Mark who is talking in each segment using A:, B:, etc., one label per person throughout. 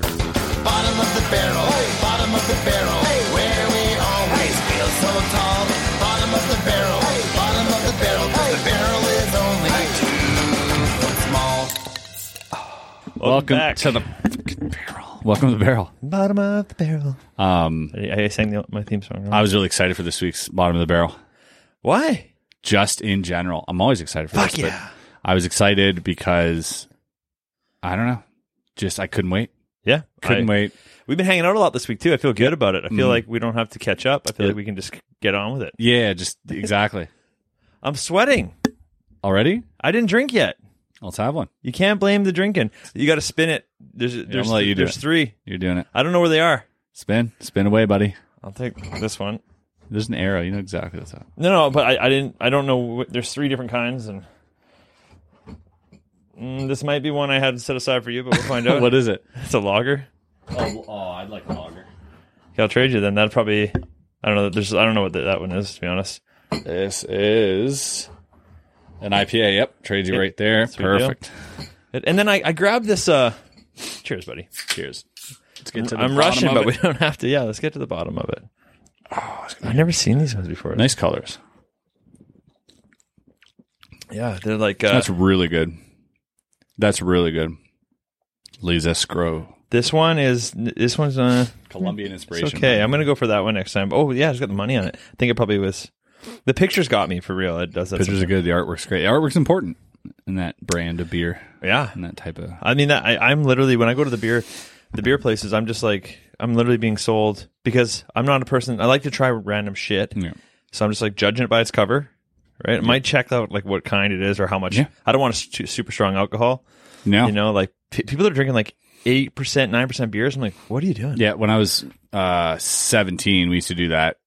A: Bottom of the barrel, bottom of the barrel, where we always feel so tall. Bottom of the barrel, bottom of the barrel, 'cause the barrel is only two foot small.
B: Welcome
C: back.
B: to the fucking barrel. Welcome to the barrel.
C: Bottom of the barrel.
B: Um,
C: I, I sang the, my theme song. Wrong.
B: I was really excited for this week's bottom of the barrel.
C: Why?
B: Just in general, I'm always excited for
C: Fuck
B: this. but
C: yeah.
B: I was excited because I don't know, just I couldn't wait.
C: Yeah,
B: Couldn't
C: I-
B: wait.
C: We've been hanging out a lot this week too. I feel good about it. I feel
B: Mm.
C: like we don't have to catch up. I feel
B: Yeah.
C: like we can just get on with it.
B: Yeah, just exactly.
C: I'm sweating.
B: Already,
C: I didn't drink yet.
B: let's have one.
C: You can't blame the drinking. You got to spin it. There's there's,
B: gonna let you do
C: there's
B: it.
C: three.
B: You're doing it.
C: I don't know where they are.
B: Spin, spin away, buddy.
C: I'll take this one.
B: There's an arrow. You know exactly what's up.
C: No, no, but I, I didn't. I don't know. wh- There's three different kinds, and Mm, this might be one I had set aside for you, but we'll find out.
B: what is it?
C: It's a lager.
B: Oh, oh I'd like a lager.
C: I'll trade you then. That'd probably. I don't know. There's. I don't know what that that one is. To be honest.
B: This is an IPA. Yep, trades you right there.
C: Sweet deal.
B: Perfect.
C: It- And then I, I grabbed this. uh Cheers, buddy.
B: Cheers. Let's get to the bottom
C: I'm rushing,
B: of
C: but
B: it. Oh,
C: we don't have to. Yeah, let's get to the bottom of it. I've never seen these ones before.
B: nice colors.
C: Yeah, they're like uh,
B: That's really good. That's really good. Les Escrow.
C: this one is this one's uh,
B: Colombian
C: it's
B: inspiration.
C: okay. I'm gonna go for that one next time. Oh yeah, it's got the money on it. I think it probably was. The pictures got me for real. It does that.
B: Pictures are good. The artwork's great. The artwork's important in that brand of beer
C: sometimes. Yeah,
B: and that type of.
C: I mean, that, I, I'm literally when I go to the beer, the beer places, I'm just like I'm literally being sold because I'm not a person. I like to try random shit,
B: Yeah.
C: so I'm just like judging it by its cover, right? It might check out like what kind it is or how much.
B: Yeah.
C: I don't want a stu- super strong alcohol.
B: No.
C: You know, like p- people that are drinking like eight percent, nine percent beers. I'm like, what are you doing?
B: Yeah. When I was uh, 17, we used to do that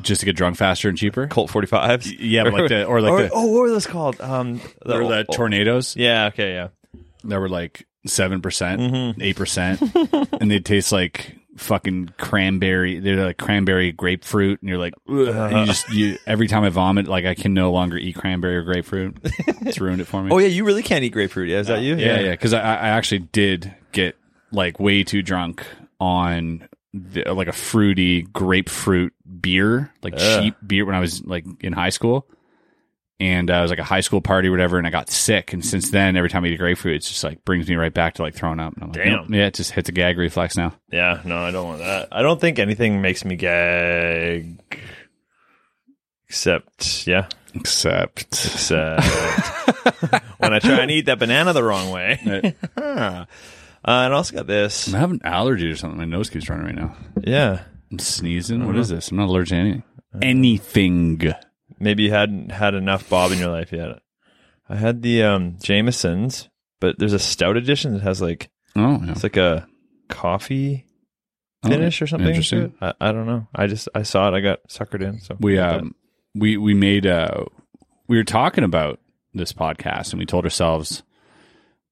B: just to get drunk faster and cheaper.
C: Colt 45s.
B: Yeah, but like the- or like
C: or,
B: the-
C: oh, what were those called? Um, the,
B: Or the tornadoes
C: Yeah. Okay. Yeah.
B: that were like 7%, percent 8%, and they taste like fucking cranberry. They're like cranberry grapefruit. And you're like, "Ugh," and you just, you, every time I vomit, like I can no longer eat cranberry or grapefruit. It's ruined it for me.
C: Oh yeah, you really can't eat grapefruit. Uh, Yeah, is that you?
B: yeah, yeah. Because I, I actually did get like way too drunk on the, like a fruity grapefruit beer, like cheap beer, when I was like in high school. And uh, I was like a high school party, or whatever, and I got sick. And since then, every time I eat a grapefruit, it's just like brings me right back to like throwing up. And I'm like,
C: Damn.
B: nope. yeah, it just hits a gag reflex now.
C: Yeah, no, I don't want that. I don't think anything makes me gag. Except, yeah,
B: Except
C: except when I try and eat that banana the wrong way.
B: I
C: Huh. Uh, and I also got this.
B: have an allergy or something. My nose keeps running right now.
C: Yeah,
B: I'm sneezing. What is this? I'm not allergic to anything. Anything.
C: maybe you hadn't had enough Bob in your life yet. I had the um, Jamesons, but there's a stout edition that has like
B: Oh, yeah.
C: it's like a coffee
B: Oh,
C: finish or something. to
B: interesting.
C: it. I, I don't know. I just I saw it. I got suckered in. So
B: we um we we made uh we were talking about this podcast and we told ourselves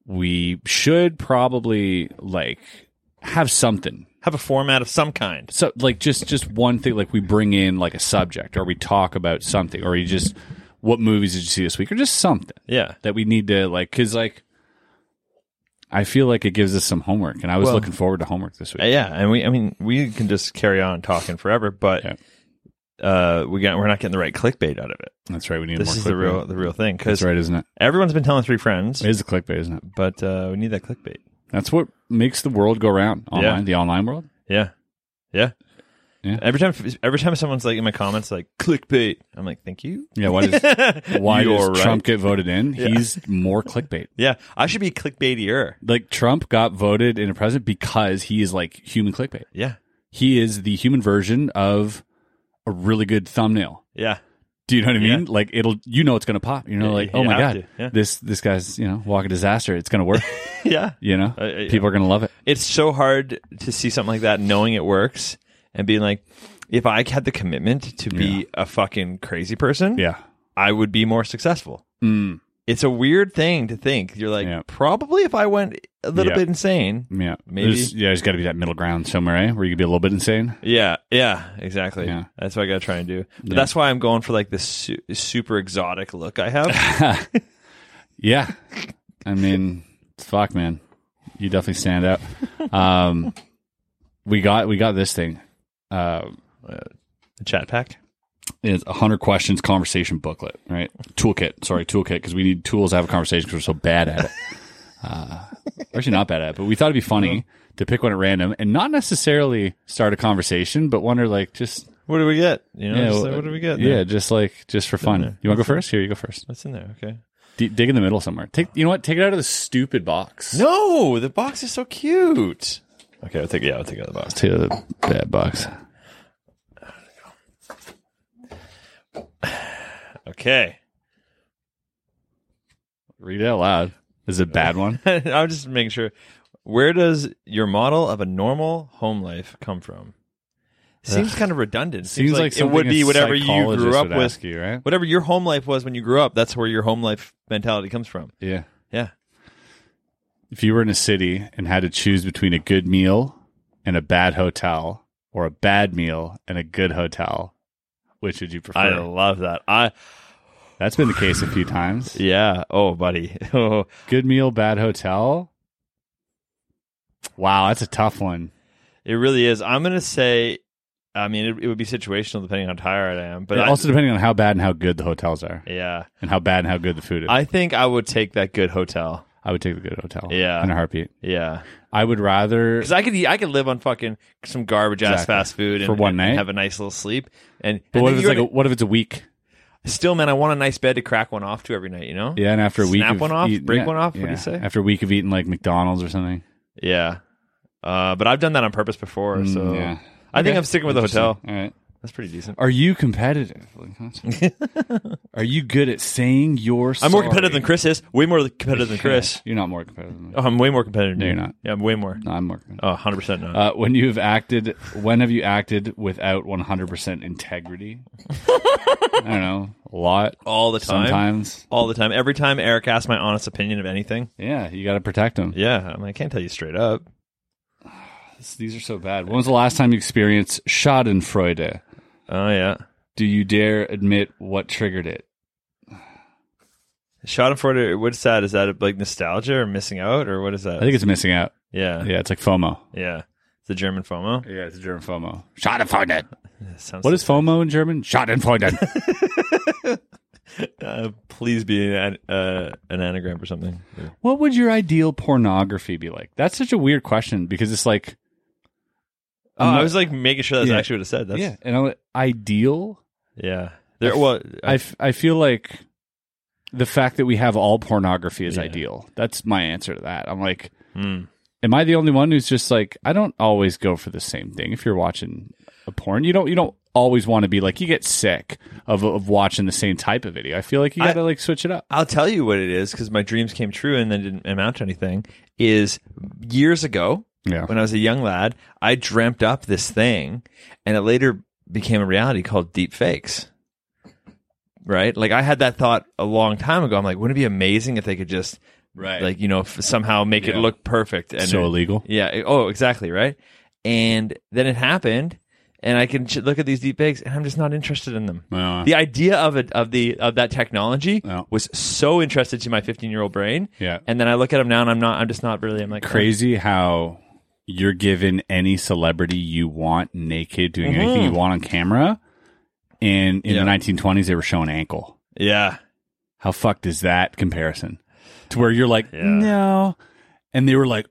B: we should probably like have something
C: have a format of some kind.
B: so like just just one thing like we bring in like a subject or we talk about something or you just what movies did you see this week or just something
C: Yeah.
B: that we need to like because like i feel like it gives us some homework and i was
C: Well-
B: looking forward to homework this week
C: Uh, Yeah, and we I mean we can just carry on talking forever, but uh, we got we're not getting the right clickbait out of it.
B: that's right we need
C: This
B: more
C: is the
B: clickbait.
C: real the real thing because
B: that's right isn't it
C: everyone's been telling three friends,
B: it is a clickbait isn't it
C: but uh, we need that clickbait.
B: that's what makes the world go round online
C: Yeah.
B: the online world
C: Yeah, yeah,
B: Yeah.
C: Every time every time someone's like in my comments like clickbait, I'm like thank you.
B: Yeah, why does why does
C: You're right.
B: Trump get voted in? He's more clickbait.
C: Yeah, I should be clickbaitier.
B: Like Trump got voted in a president because he is like human clickbait.
C: Yeah,
B: He is the human version of a really good thumbnail.
C: yeah,
B: Do you know what I
C: Yeah.
B: mean? Like it'll you know it's gonna pop. You know,
C: Yeah,
B: like,
C: you
B: oh my
C: have
B: god,
C: to, yeah.
B: this this guy's, you know, walking disaster, it's gonna work.
C: yeah.
B: you know?
C: Uh, yeah.
B: People are gonna love it.
C: It's so hard to see something like that, knowing it works, and being like, if I had the commitment to be
B: Yeah.
C: a fucking crazy person,
B: Yeah.
C: I would be more successful.
B: Mm.
C: It's a weird thing to think. You're like,
B: Yeah.
C: probably if I went a little
B: Yeah.
C: bit insane.
B: Yeah.
C: Maybe.
B: There's, yeah, there's gotta be that middle ground somewhere, eh? Where you could be a little bit insane.
C: Yeah, yeah, exactly.
B: Yeah.
C: That's what I got to try and do. But
B: Yeah.
C: that's why I'm going for like this su- super exotic look I have.
B: Yeah. I mean, fuck man. you definitely stand out. Um, we got we got this thing. Uh,
C: The chat pack.
B: it's a hundred questions conversation booklet, right? Toolkit, sorry, toolkit, because we need tools to have a conversation because we're so bad at it. Uh, we're actually, not bad at it, but we thought it'd be funny to pick one at random and not necessarily start a conversation, but wonder like just
C: What do we get? You know,
B: yeah,
C: just like, what do we get?
B: Yeah,
C: there?
B: just like just for fun. You want to go first? Here, you go first.
C: What's in there? Okay.
B: D- dig in the middle somewhere. Take you know what? Take it out of the stupid box.
C: No, the box is so cute. Okay, I'll take yeah, I'll take out the box.
B: to the bad box.
C: Okay.
B: Read it out loud. This is it a bad one.
C: I'm just making sure. Where does your model of a normal home life come from? Seems kind of redundant.
B: Seems like
C: it would
B: something a
C: be whatever you
B: psychologist
C: grew up
B: would
C: with.
B: ask you, right?
C: Whatever your home life was when you grew up, that's where your home life mentality comes from.
B: Yeah.
C: Yeah.
B: If you were in a city and had to choose between a good meal and a bad hotel, or a bad meal and a good hotel, which would you prefer?
C: love that. I
B: That's been the case a few times.
C: yeah. Oh, buddy. Oh,
B: Good meal, bad hotel. Wow, that's a tough one.
C: it really is. I'm gonna say. I mean, it, it would be situational depending on how tired I am, but
B: But
C: I-
B: also depending on how bad and how good the hotels are,
C: yeah,
B: and how bad and how good the food is. I,
C: I think I would take that good hotel.
B: would take the good hotel.
C: Yeah.
B: in a heartbeat.
C: Yeah.
B: I would rather
C: Because I could I could live on fucking some garbage ass
B: Exactly.
C: fast food and,
B: For one
C: and
B: night?
C: have a nice little sleep. And,
B: But
C: and
B: what
C: then
B: if it's
C: you're
B: like a, what if it's a week?
C: gonna- still, man, I want a nice bed to crack one off to every night. You know?
B: Yeah, and after a week,
C: Snap
B: of
C: one off?
B: eating-
C: Break
B: yeah,
C: one off? What do you
B: yeah.
C: say?
B: After a week of eating like McDonald's or something.
C: Yeah. Uh, but I've done that on purpose before, so
B: Mm, yeah.
C: I think I'm sticking with the hotel.
B: All right.
C: That's pretty decent.
B: Are you competitive? Like, that's- Are you good at saying your?
C: I'm more competitive than Chris is. Way more competitive than Chris.
B: You're not more competitive. Than me.
C: Oh, I'm way more competitive.
B: No,
C: than
B: you're
C: you.
B: not.
C: Yeah, I'm way more.
B: No, I'm more. Competitive.
C: Oh, 100 percent not.
B: Uh, when you have acted, when have you acted without 100 percent integrity? I don't know. A lot.
C: all the time.
B: Sometimes.
C: All the time. Every time Eric asks my honest opinion of anything.
B: Yeah, you got to protect them.
C: Yeah, I, mean, I can't tell you straight up.
B: These are so bad. When was the last time you experienced Schadenfreude?
C: Oh yeah.
B: Do you dare admit what triggered it?
C: Schadenfreude, what's that? Is that like nostalgia or missing out or what is that?
B: I think it's missing out.
C: yeah, yeah,
B: Yeah, it's like FOMO.
C: It's the German FOMO.
B: Yeah, it's German FOMO. Schadenfreude.
C: It Sounds
B: What is FOMO in German? Schadenfreude.
C: Uh, please be an, an- uh, an anagram or something.
B: what would your ideal pornography be like? That's such a weird question because it's like,
C: Oh, I was like making sure that's
B: Yeah.
C: actually what it said. That's,
B: yeah, and I'm, ideal.
C: yeah. There. Well,
B: I, f- I feel like the fact that we have all pornography is
C: Yeah.
B: ideal. That's my answer to that. I'm like,
C: hmm.
B: am I the only one who's just like, I don't always go for the same thing. If you're watching a porn, you don't you don't always want to be like you get sick of of watching the same type of video. I feel like you
C: I-
B: got to like switch it up.
C: I'll tell you what it is because my dreams came true and then didn't amount to anything. Is years ago
B: Yeah.
C: when I was a young lad, I dreamt up this thing, and it later became a reality called deep fakes. Right? Like I had that thought a long time ago. I'm like, wouldn't it be amazing if they could just
B: Right.
C: like you know f- somehow make it
B: Yeah.
C: look perfect and
B: so illegal.
C: yeah. it- Oh, exactly. Right. And then it happened, and I can ch- look at these deep fakes, and I'm just not interested in them.
B: Yeah.
C: The idea of it of the of that technology
B: Yeah.
C: was so interested to my 15 year old brain.
B: oh, Yeah.
C: And then I look at them now, and I'm not. I'm just not really. I'm like oh.
B: Crazy how you're given any celebrity you want naked doing anything you want on camera. And in
C: Mm-hmm. Yeah.
B: the 1920s, they were showing ankle.
C: "Oh, Yeah.
B: How fucked is that comparison? To where you're like, no. And they were like,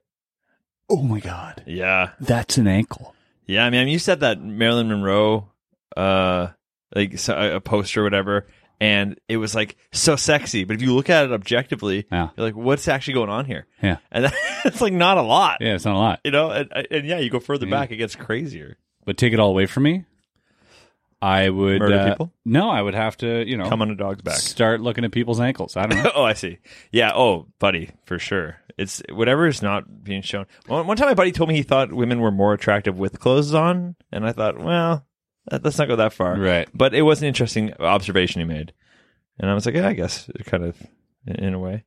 B: oh my God,
C: Yeah.
B: that's an ankle.
C: Yeah, I mean, you said that Marilyn Monroe, uh, like so- a a poster or whatever, and it was like so sexy. But if you look at it objectively,
B: Yeah.
C: you're like, what's actually going on here?
B: Yeah.
C: And that, it's like not a lot,
B: Yeah, it's not a lot.
C: you know. And, and yeah, you go further
B: Yeah.
C: back, it gets crazier.
B: But take it all away from me. I would.
C: Murder
B: uh,
C: people?
B: No, I would have to, you know,
C: Come on a dog's back.
B: start looking at people's ankles. I don't know.
C: oh, I see. Yeah. Oh, buddy, for sure. It's whatever is not being shown. One, one time, my buddy told me he thought women were more attractive with clothes on, and I thought, well, that, let's not go that far.
B: Right.
C: But it was an interesting observation he made, and I was like, yeah, I guess kind of in, in a way.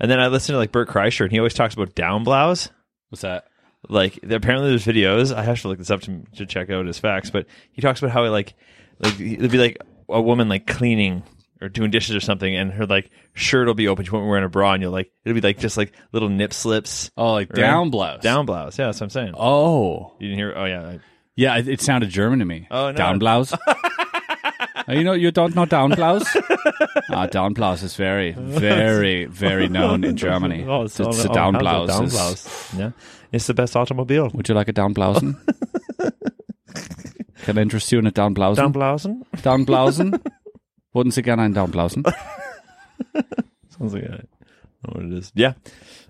C: And then I listened to like Bert Kreischer, and he always talks about down blouse.
B: What's that?
C: Like there- apparently, there's videos. I have to look this up to, to check out his facts, but he talks about how like like it'd be like a woman like cleaning or doing dishes or something, and her like shirt will be open. She won't be wearing a bra, and you'll like it'll be like just like little nip slips,
B: Oh, like
C: Right?
B: down blouse.
C: down blouse. Yeah, that's what I'm saying.
B: Oh,
C: You didn't hear? Oh yeah, I-
B: yeah. It, it sounded German to me.
C: Oh, no.
B: Down blouse. Uh, you know, you don't know down blouse. Ah, down blouse is very, very, very known in Germany.
C: Oh,
B: it's,
C: all-
B: it's a
C: all
B: down
C: kinds of
B: blouse.
C: Down
B: is-
C: blouse. Yeah, it's the best automobile.
B: Would you like a down blousen? Can I interest you in a down blousen?
C: Down blousen.
B: Down blousen? Wurden Sie gerne einen down blousen?
C: Sounds like I don't know what it is. Yeah,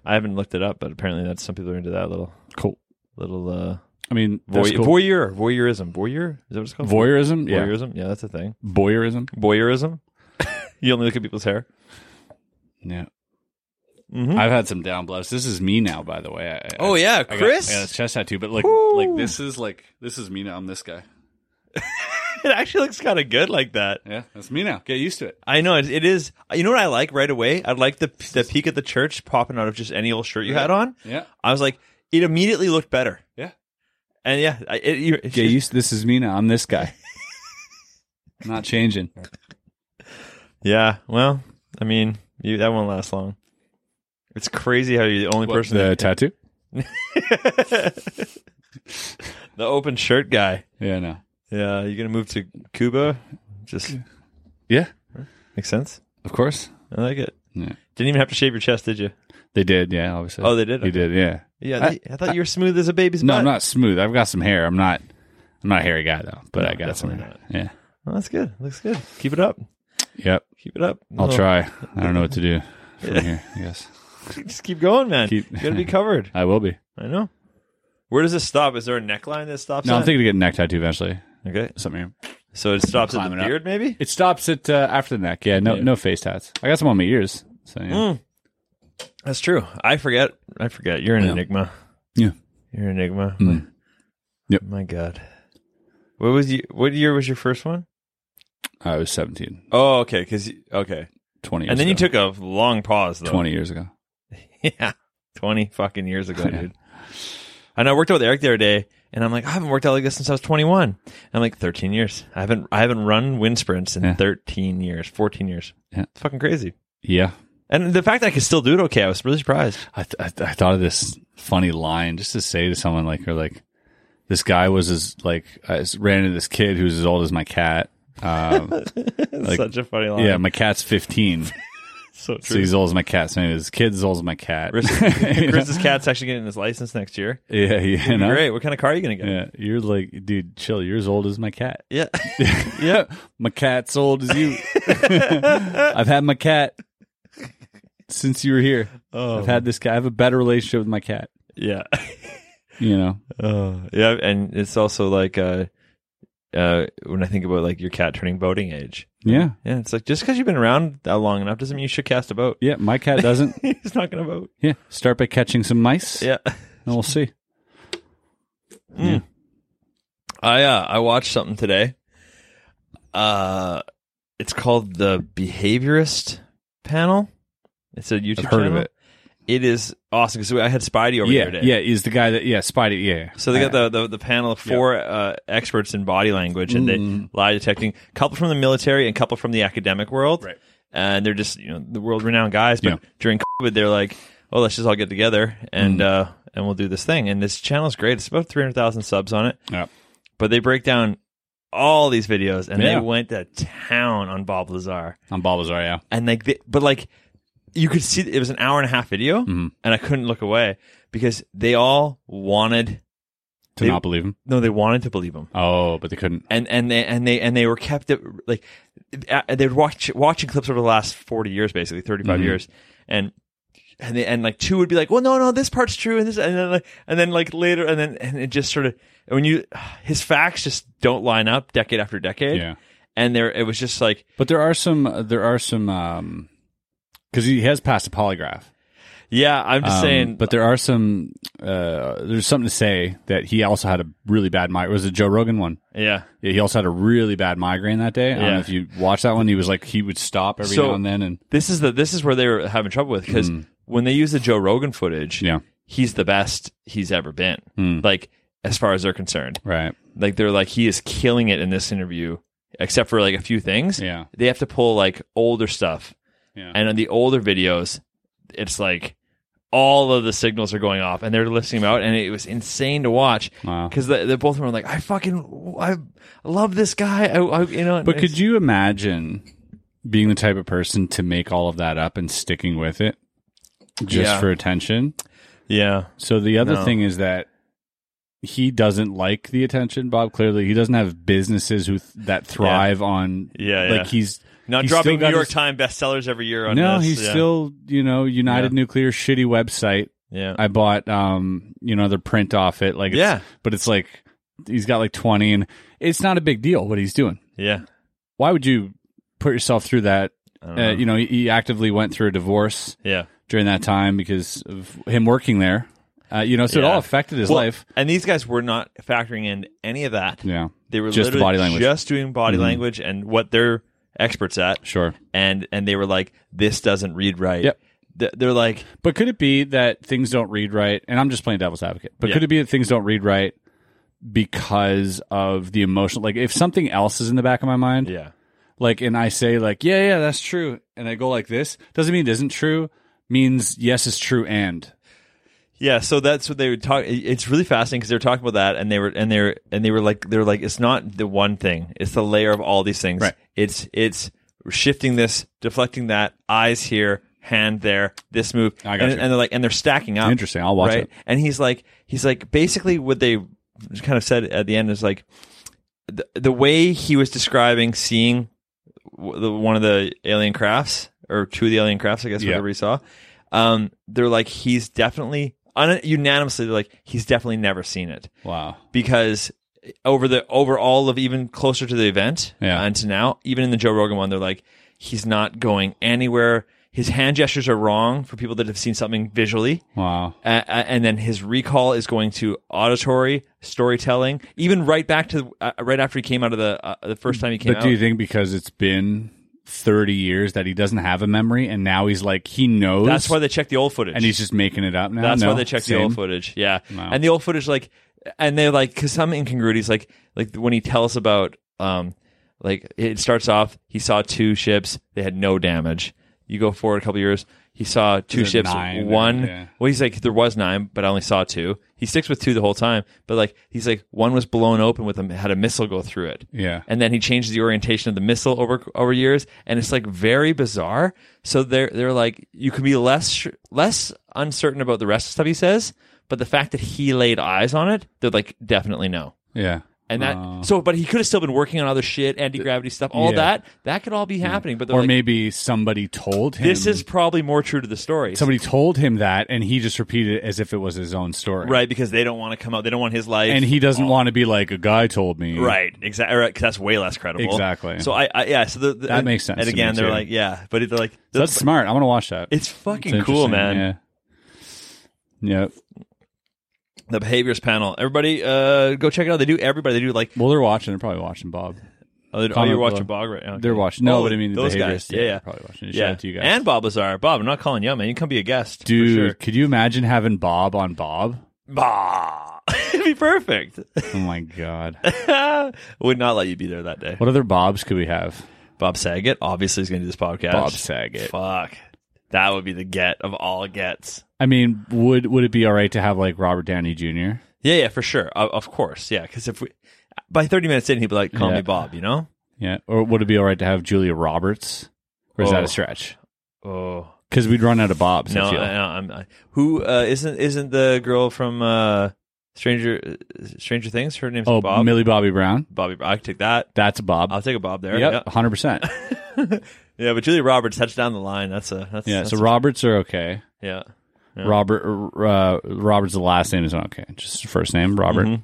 C: I haven't looked it up, but apparently that's some people are into that little
B: Cool.
C: little uh
B: I mean, that's
C: voy-
B: cool.
C: voyeur voyeurism voyeur is that what it's called
B: voyeurism. Yeah,
C: voyeurism yeah that's a thing
B: voyeurism.
C: voyeurism you only look at people's hair
B: Yeah. I've had some down blows. This is me now, by the way. I, I-
C: Mm-hmm. Oh, yeah,
B: I got-
C: Chris?
B: I got, a chest tattoo, but like, like this is like this is me now. I'm this guy.
C: it actually looks kind of good like that
B: Yeah, that's me now. Get used to it.
C: I know it, it is you know what I like right away I like the the peak of the church popping out of just any old shirt you had on
B: Yeah,
C: I was like it immediately looked better
B: yeah.
C: and yeah I- it, you, it's
B: Get
C: just-
B: used. This is me now. I'm this guy. Not changing.
C: yeah well I mean you, that won't last long it's crazy how you're the only person that
B: the tattoo?
C: The open shirt guy.
B: Yeah, no.
C: Yeah, you're gonna move to Cuba. Just
B: Yeah,
C: makes sense.
B: of course.
C: I like it.
B: Yeah.
C: Didn't even have to shave your chest, did you?
B: They did. Yeah, obviously.
C: Oh, they did?
B: They did. Yeah.
C: Yeah, I, I thought you were smooth as a baby's
B: No,
C: butt.
B: I'm not smooth. I've got some hair. I'm not. I'm not a hairy guy though, but
C: No,
B: I got some.
C: definitely
B: hair.
C: Well, Oh, that's good. Looks good. Keep it up.
B: Yeah. Yep.
C: Keep it up.
B: I'll
C: No,
B: try. I don't know what to do from here. I guess
C: Just keep going, man.
B: Keep-
C: You gotta be covered.
B: I will be.
C: I know. Where does this stop? Is there a neckline that stops?
B: No, I'm
C: at?
B: thinking of getting a neck tattoo eventually.
C: Okay,
B: Something.
C: so it stops at the
B: Climbing up.
C: beard, maybe.
B: It stops at uh, after the neck. Yeah, no, no face tats. I got some on my ears. So yeah.
C: Mm. Hmm. That's true. I forget. I forget. You're an enigma.
B: Yeah. Mm.
C: You're an enigma.
B: Yep.
C: My God. What was you? What year was your first one?
B: I was 17,
C: Oh, okay. Because okay,
B: 20 years
C: and then you
B: ago.
C: took a long pause though.
B: 20 years ago.
C: yeah, twenty fucking years ago,
B: Yeah.
C: dude. And I worked out with Eric the other day, and I'm like, I haven't worked out like this since I was 21. And I'm like, 13 years. I haven't I haven't run wind sprints in
B: Yeah.
C: 13 years, 14 years.
B: Yeah.
C: It's fucking crazy.
B: Yeah.
C: And the fact that I could still do it, okay, I was really surprised.
B: I, th- I, th- I thought of this funny line just to say to someone like, or like, this guy was as like, I s- ran into this kid who's as old as my cat. Um, Like-
C: Such a funny line.
B: yeah, my cat's 15,
C: so true.
B: so he's as old as my cat. So anyway, this kid's as old as my cat.
C: Chris,
B: You know?
C: Chris's cat's actually getting his license next year.
B: yeah, you know?
C: Great. What kind of car are you going to get?
B: Yeah, you're like, dude, chill. You're as old as my cat.
C: Yeah.
B: yeah, my cat's old as you. I've had my cat since you were here.
C: Oh.
B: I've had this cat. I have a better relationship with my cat.
C: Yeah.
B: You know,
C: Oh, yeah. And it's also like uh, uh, when I think about like your cat turning boating age.
B: yeah,
C: Yeah. It's like just because you've been around that long enough doesn't mean you should cast a vote.
B: yeah. My cat doesn't.
C: He's not going to vote.
B: Yeah, start by catching some mice.
C: Yeah.
B: and we'll see.
C: I uh, I watched something today. Uh, it's called the Behaviorist Panel. It's a YouTube.
B: I've heard of
C: channel.
B: it.
C: It is awesome because I had Spidey over
B: yeah,
C: here today.
B: yeah. Is the guy that? Yeah, Spidey. Yeah.
C: So they got the, the, the panel of four uh, experts in body language and they lie detecting, couple from the military and couple from the academic world.
B: Right.
C: And they're just you know the world renowned guys. But
B: Yeah. Mm.
C: during COVID, they're like, "Oh, let's just all get together and uh, and we'll do this thing." And this channel's great. It's about three hundred thousand subs on it.
B: Yeah.
C: But they break down all these videos and
B: Yeah.
C: they went to town on Bob Lazar
B: I'm Balbazar. Yeah.
C: and like they, but like you could see it was an hour and a half video
B: Mm-hmm.
C: and I couldn't look away because they all wanted
B: To
C: They-
B: not believe him.
C: no they wanted to believe him
B: Oh, but they couldn't.
C: and and they and they and they were kept at, like uh, they were watch, watching clips over the last 40 years basically 35
B: Mm-hmm.
C: years and and they, and like two would be like well no no this part's true and this and then like and then like later and then and it just sort of when you his facts just don't line up decade after decade
B: Yeah.
C: and there it was just like
B: But there are some. uh, There are some. Um, because he has passed a polygraph.
C: yeah i'm just
B: Um,
C: saying
B: but there are some. Uh, there's something to say that he also had a really bad migraine. It was a Joe Rogan one.
C: yeah
B: Yeah, he also had a really bad migraine that day. I don't
C: Yeah.
B: know if you watched that one. He was like, he would stop every
C: So-
B: now and then, and
C: this is the this is where they were having trouble with because when they use the Joe Rogan footage,
B: Mm. yeah, Mm.
C: he's the best he's ever been. Like as far as they're concerned,
B: right,
C: like they're like he is killing it in this interview. except for like a few things.
B: Yeah.
C: They have to pull like older stuff.
B: Yeah.
C: And on the older videos, it's like all of the signals are going off and they're listing them out. And it was insane to watch
B: Wow.
C: because the, the both of them were like, I fucking, I love this guy. I, I you know,
B: But could you imagine being the type of person to make all of that up and sticking with it just
C: Yeah.
B: for attention?
C: yeah,
B: So the other
C: No.
B: thing is that he doesn't like the attention, Bob. Clearly, he doesn't have businesses who th- that thrive on.
C: Yeah,
B: like
C: yeah.
B: he's
C: not
B: he's still
C: dropping New
B: got
C: York
B: his-
C: Times bestsellers every year on
B: No,
C: this.
B: he's
C: yeah.
B: still you know United
C: Yeah.
B: Nuclear shitty website.
C: yeah.
B: I bought um you know their print off it like it's,
C: Yeah.
B: but it's like he's got like twenty and it's not a big deal what he's doing.
C: yeah.
B: Why would you put yourself through that?
C: I don't
B: Uh,
C: know.
B: you know he, he actively went through a divorce
C: yeah.
B: during that time because of him working there. Uh, you know, so it
C: Yeah.
B: all affected his
C: Well,
B: life.
C: And these guys were not factoring in any of that.
B: Yeah,
C: They were
B: Just the
C: literally
B: body language. Mm-hmm.
C: just doing body language and what they're experts at.
B: sure.
C: And and they were like, this doesn't read right.
B: Yep.
C: Th- They're like,
B: But could it be that things don't read right? And I'm just playing devil's advocate. But
C: Yeah.
B: could it be that things don't read right because of the emotional? Like, if something else is in the back of my mind,
C: yeah,
B: like, and I say, like, yeah, yeah, that's true, and I go like this, doesn't mean it isn't true. Means yes, it's true, and
C: yeah. So that's what they would talk. it- It's really fascinating because they were talking about that, and they were and they were and they were like, they're like, it's not the one thing. It's the layer of all these things.
B: Right.
C: It's it's shifting this, deflecting that, eyes here, hand there, this move,
B: I got
C: and,
B: you.
C: and they're like, and they're stacking up.
B: Interesting. I'll watch
C: right?
B: it.
C: And he's like, he's like, basically what they kind of said at the end is like, the, the way he was describing seeing w- the, one of the alien crafts or two of the alien crafts, I guess,
B: Yeah.
C: whatever he saw, um, they're like, he's definitely un- unanimously they're like, he's definitely never seen it
B: wow,
C: because over the over all of even closer to the event
B: Yeah.
C: and to now, even in the Joe Rogan one, they're like, he's not going anywhere. His hand gestures are wrong for people that have seen something visually
B: wow,
C: uh, and then his recall is going to auditory storytelling, even right back to uh, right after he came out of the uh, the first time he came
B: But
C: out.
B: do you think because it's been 30 years that he doesn't have a memory, and now he's like he knows
C: that's why they check the old footage,
B: and he's just making it up now.
C: that's
B: No,
C: why they check the
B: same.
C: old footage. Yeah,
B: Wow.
C: and the old footage like, and they're like, because some incongruities like like when he tells about um like it starts off he saw two ships they had no damage. You go forward a couple years. He saw two
B: it
C: ships.
B: nine?
C: One,
B: Yeah.
C: well, he's like there was nine, but I only saw two. He sticks with two the whole time, but like he's like one was blown open with a had a missile go through it.
B: Yeah.
C: and then he changes the orientation of the missile over over years, and it's like very bizarre. So they're they're like you can be less sh- less uncertain about the rest of stuff he says, but the fact that he laid eyes on it, they're like definitely no.
B: Yeah,
C: And that so, but he could have still been working on other shit, anti gravity stuff, all
B: Oh. Yeah.
C: that that could all be happening. But they're
B: or
C: like,
B: maybe somebody told him
C: this is probably more true to the story.
B: somebody told him that and he just repeated it as if it was his own story
C: Right, because they don't want to come out. They don't want his life.
B: and he doesn't want to be like a guy told me
C: Right, exactly. Right, 'cause that's way less credible.
B: Exactly.
C: So I, I yeah. So the, the-
B: That makes sense
C: And
B: to
C: again,
B: me,
C: they're
B: too.
C: like, yeah, but they're like,
B: So that's smart i want to watch that
C: it's
B: It's
C: fucking cool,
B: interesting,
C: man.
B: yeah yep
C: The behaviors panel. Everybody, uh, go check it out. They do everybody. They do like.
B: well they're watching they're probably watching bob
C: Oh, they- oh,
B: Comment
C: you're watching
B: below.
C: Bog right now.
B: they're watching no
C: Oh,
B: but i mean the
C: those
B: behaviors
C: guys. Yeah, yeah.
B: probably watching shout
C: yeah.
B: out to you guys
C: And Bob Lazar. Bob, I'm not calling you, out, man. You can come be a guest,
B: dude
C: For sure.
B: could you imagine having bob on bob
C: Bah. It'd be perfect.
B: oh my god
C: Would not let you be there that day.
B: what other bobs could we have
C: Bob Saget obviously is going to do this podcast.
B: bob saget
C: Fuck. That would be the get of all gets.
B: i mean would would it be all right to have like robert downey jr
C: Yeah, yeah, for sure. Of, of course. Yeah. Because if we, by 30 minutes in, he'd be like, call me
B: Yeah.
C: Bob, you know?
B: yeah or would it be all right to have julia roberts or is that
C: Oh.
B: a stretch
C: Oh.
B: Because we'd run out of Bob's.
C: No,
B: I
C: I,
B: feel.
C: no uh, I'm not. Who, uh, isn't, isn't the girl from, uh, Stranger, uh, Stranger Things? Her name's
B: oh,
C: Bob.
B: Millie Bobby Brown.
C: Bobby, I could take that.
B: That's a Bob.
C: I'll take a Bob there.
B: yep, hundred percent.
C: Yeah. yeah, but Julia Roberts touched down the line. That's a, that's,
B: Yeah.
C: that's
B: so
C: a-
B: Roberts are okay.
C: yeah. Yeah.
B: Robert uh, Robert's the last name is not okay. Just the first name Robert,
C: Mhm.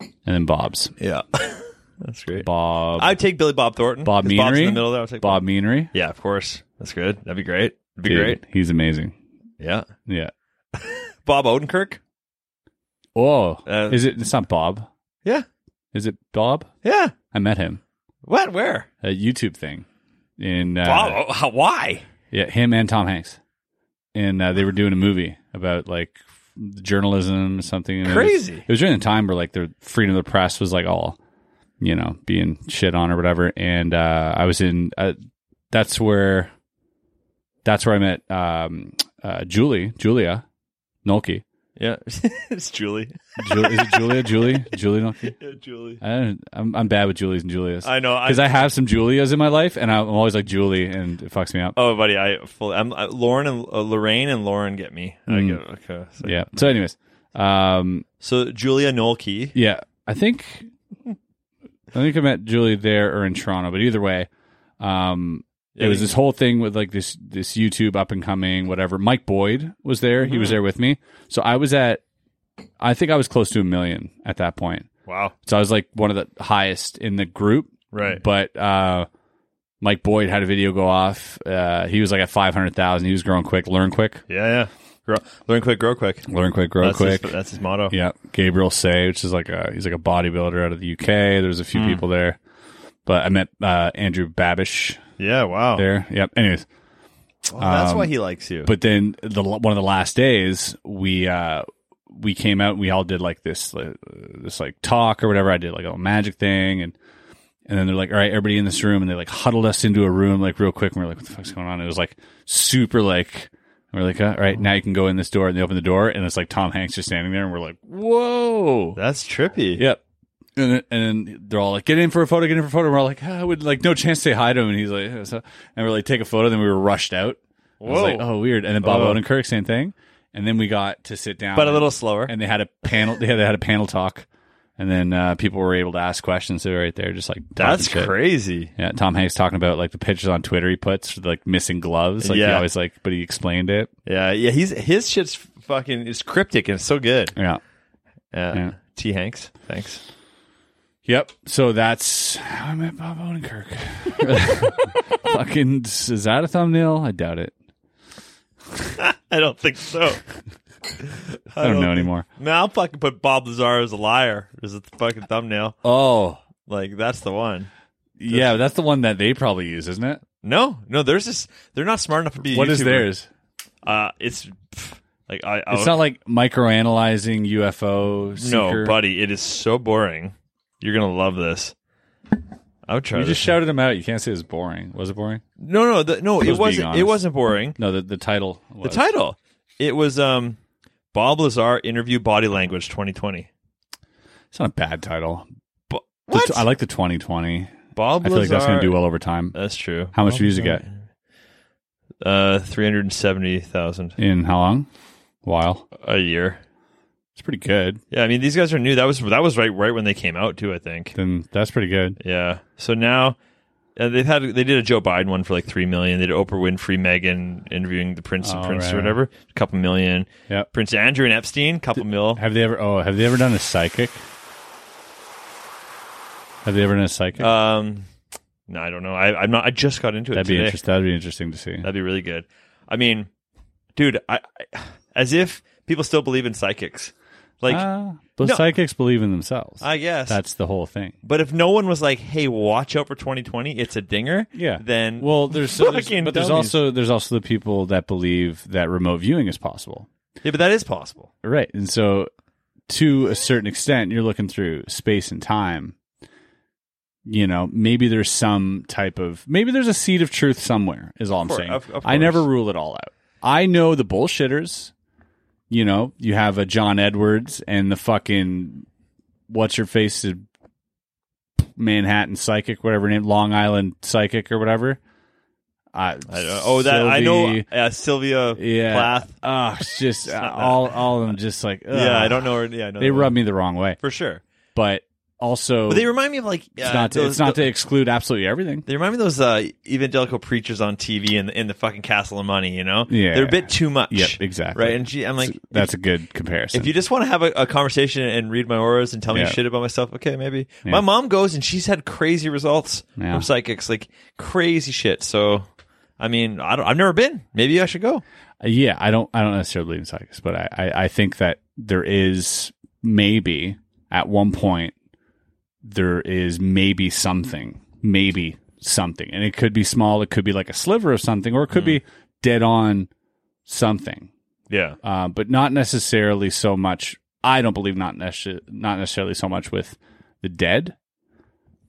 B: and then Bob's
C: Yeah. that's great.
B: Bob
C: I'd take Billy Bob Thornton.
B: Bob
C: 'cause Bob's in the
B: Meanery?
C: middle there. I'll take
B: Bob Meanery.
C: Yeah, of course. That's good. That'd be great. That'd be
B: Dude,
C: great.
B: He's amazing.
C: Yeah.
B: Yeah.
C: Bob Odenkirk.
B: Oh,
C: Uh,
B: is it? It's not Bob.
C: Yeah.
B: Is it Bob?
C: Yeah.
B: I met him
C: What? Where?
B: a YouTube thing in uh,
C: Bob? oh, Why?
B: Yeah, him and Tom Hanks, and uh, they were doing a movie about like journalism or something. And it was-
C: Crazy.
B: It was, during the time where like the freedom of the press was like all you know, being shit on or whatever. And uh, I was in. Uh, that's where. That's where I met um, uh, Julie, Julia, Nolke.
C: Yeah, it's Julie.
B: Ju- is it Julia, Julie, Julie Nolke?
C: Yeah, Julie.
B: I don't, I'm I'm bad with Julies and Julias
C: I know. I,
B: because I, have some Julias in my life, and I'm always like Julie, and it fucks me up.
C: oh, buddy, I fully. I'm I, Lauren and uh, Lorraine and Lauren get me.
B: Mm.
C: I get okay. So,
B: Yeah. So, anyways, um,
C: so Julia Nolke.
B: Yeah, I think I think I met Julie there or in Toronto, but either way, um, it was this whole thing with like this this YouTube up and coming whatever. Mike Boyd was there; he was there with me. So I was at, I think I was close to a million at that point.
C: Wow.
B: So I was like one of the highest in the group,
C: Right.
B: but uh, Mike Boyd had a video go off. Uh, he was like at five hundred thousand. He was growing quick, learn quick,
C: Yeah, yeah. Grow, learn quick, grow quick.
B: learn quick, grow
C: that's
B: quick.
C: His, that's his motto.
B: Yeah, Gabriel Say, which is like a he's like a bodybuilder out of the UK. There's a few people there, but I met uh, Andrew Babish
C: Yeah, wow.
B: there. Yep. Anyways,
C: Well, that's
B: Um,
C: why he likes you.
B: but then the one of the last days we uh, we came out. and We all did like this uh, this like talk or whatever. I did like a little magic thing and. And then they're like, all right, everybody in this room. And they like huddled us into a room like real quick. And we're like, what the fuck's going on? it was like super like, and we're like, all right, now you can go in this door. And they open the door and it's like Tom Hanks just standing there. And we're like, whoa.
C: that's trippy.
B: Yep. And then, and then they're all like, get in for a photo, get in for a photo. And we're all like, ah, I would like no chance to say hi to him. And he's like, "Yeah, so, and we're like, take a photo. Then we were rushed out. I was
C: Whoa.
B: like, oh, weird. And then Bob
C: Oh.
B: Odenkirk, same thing. And then we got to sit down,
C: But a little slower.
B: And they had a panel. They had, they had a panel talk, and then uh, people were able to ask questions. They were right there, just like
C: that's
B: talking shit.
C: crazy.
B: Yeah, Tom Hanks talking about like the pictures on Twitter he puts, like missing gloves. Like he
C: Yeah.
B: always like, but he explained it.
C: Yeah, yeah. He's his shit's fucking is cryptic and it's so good.
B: Yeah.
C: Yeah.
B: Yeah.
C: T. Hanks, thanks.
B: Yep. So that's how I met Bob Odenkirk. Fucking is that a thumbnail? I doubt it.
C: I don't think so. I
B: I don't, know anymore.
C: Man, I'll fucking put Bob Lazar as a liar. Is it the fucking thumbnail?
B: Oh,
C: Like that's the one.
B: yeah, but that's the one that they probably use, isn't it?
C: No, no. There's this. They're not smart enough to be. a
B: What is
C: YouTuber.
B: theirs?
C: Uh, it's pff, like I. I
B: It's not like microanalyzing UFO.
C: no,
B: Seeker.
C: buddy. It is so boring. You're gonna love this. I would try.
B: you
C: this.
B: just shouted him out. You can't say it's boring. Was it boring?
C: no, no, the, no.
B: being
C: It wasn't.
B: honest.
C: It wasn't boring.
B: No, the the title.
C: The
B: Was.
C: title. It was um, Bob Lazar interview body language 2020.
B: It's not a bad title.
C: Bo-
B: The
C: what?
B: t- I like the 2020.
C: Bob
B: I feel
C: Lazar.
B: like that's going to do well over time.
C: That's true.
B: How much views you get
C: Uh, three hundred and seventy thousand
B: in how long? While
C: a year.
B: it's pretty good.
C: Yeah, I mean these guys are new. That was that was right right when they came out too. I think.
B: Then that's pretty good.
C: Yeah. So now uh, they've had they did a Joe Biden one for like three million. They did Oprah Winfrey, Megan interviewing the Prince and
B: Oh,
C: Prince
B: right,
C: or whatever, a couple million.
B: Yep.
C: Prince Andrew and Epstein, couple mil.
B: Have they ever? Oh, have they ever done a psychic? Have they ever done a psychic?
C: Um, no, I don't know. I, I'm not. I just got into it.
B: that'd be
C: today. Uh,
B: interesting. That'd be interesting to see.
C: That'd be really good. I mean, dude, I, I as if people still believe in psychics. Like,
B: Ah, but
C: No.
B: psychics believe in themselves.
C: I guess.
B: that's the whole thing.
C: but if no one was like, "Hey, watch out for 2020. It's a dinger."
B: Yeah.
C: Then
B: Well, there's, so there's
C: Fucking
B: but there's
C: dummies.
B: also there's also the people that believe that remote viewing is possible,
C: yeah, but that is possible.
B: right? And so, to a certain extent, you're looking through space and time. You know, maybe there's some type of maybe there's a seed of truth somewhere. Is all I'm
C: cour-
B: saying.
C: of- of
B: I never
C: course.
B: rule it all out. I know the bullshitters. You know, you have a John Edwards and the fucking what's your face Manhattan psychic, whatever name, Long Island psychic or whatever. I,
C: I don't- oh, that I know.
B: Sylvie-
C: Uh, Sylvia
B: Yeah,
C: Plath.
B: Ah, it's just
C: not
B: all all of them just like ugh.
C: Yeah, I don't know. Her, yeah, I know
B: They
C: that
B: rub
C: one.
B: me the wrong way,
C: for sure.
B: but also
C: But they remind me of like
B: it's
C: uh,
B: not to,
C: those-
B: it's not
C: the-
B: to exclude absolutely everything.
C: They remind me of those uh, evangelical preachers on TV in the, in the fucking Castle of Money. You know,
B: Yeah.
C: they're a bit too much.
B: Yep, exactly.
C: Right, and she, I'm like,
B: That's a good comparison.
C: If you just want to have a, a conversation and read my auras and tell me
B: Yeah.
C: shit about myself, okay, maybe.
B: Yeah.
C: My mom goes and she's had crazy results
B: Yeah.
C: from psychics, like crazy shit. So, I mean, I don't, I've never been. Maybe I should go.
B: Uh, yeah i don't i don't necessarily believe in psychics but I, I i think that there is maybe at one point there is maybe something maybe something and it could be small it could be like a sliver of something or it
C: Hmm.
B: could be dead on something
C: Yeah,
B: uh, but not necessarily so much i don't believe not, nece- not necessarily so much with the dead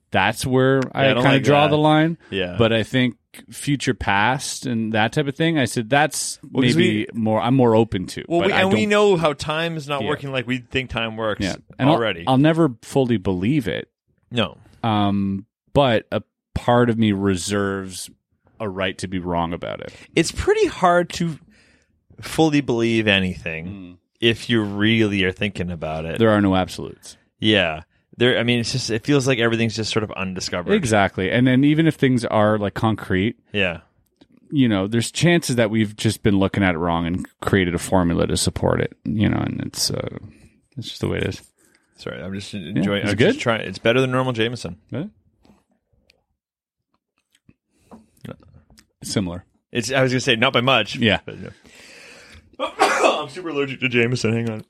B: that's where I,
C: I don't
B: kind
C: like
B: of draw
C: that.
B: the line.
C: Yeah.
B: But I think future past and that type of thing, I said that's
C: 'cause
B: maybe more I'm more open to.
C: Well,
B: but
C: we,
B: I
C: and we
B: don't-
C: know how time is not
B: Yeah.
C: working like we think time works
B: yeah. And I'll-
C: already.
B: I'll never fully believe it.
C: no.
B: um, but a part of me reserves a right to be wrong about it.
C: It's pretty hard to fully believe anything if you really are thinking about it.
B: Hmm. There are no absolutes.
C: yeah. There I mean it's just it feels like everything's just sort of undiscovered.
B: Exactly. And then even if things are like concrete,
C: Yeah.
B: you know, there's chances that we've just been looking at it wrong and created a formula to support it, you know, and it's uh it's just the way it is.
C: Sorry, I'm just enjoying
B: it's
C: I'm just
B: good.
C: trying it's better than normal Jameson.
B: Huh? Similar.
C: It's I was gonna say not by much.
B: Yeah.
C: but no. I'm super allergic to Jameson, hang on.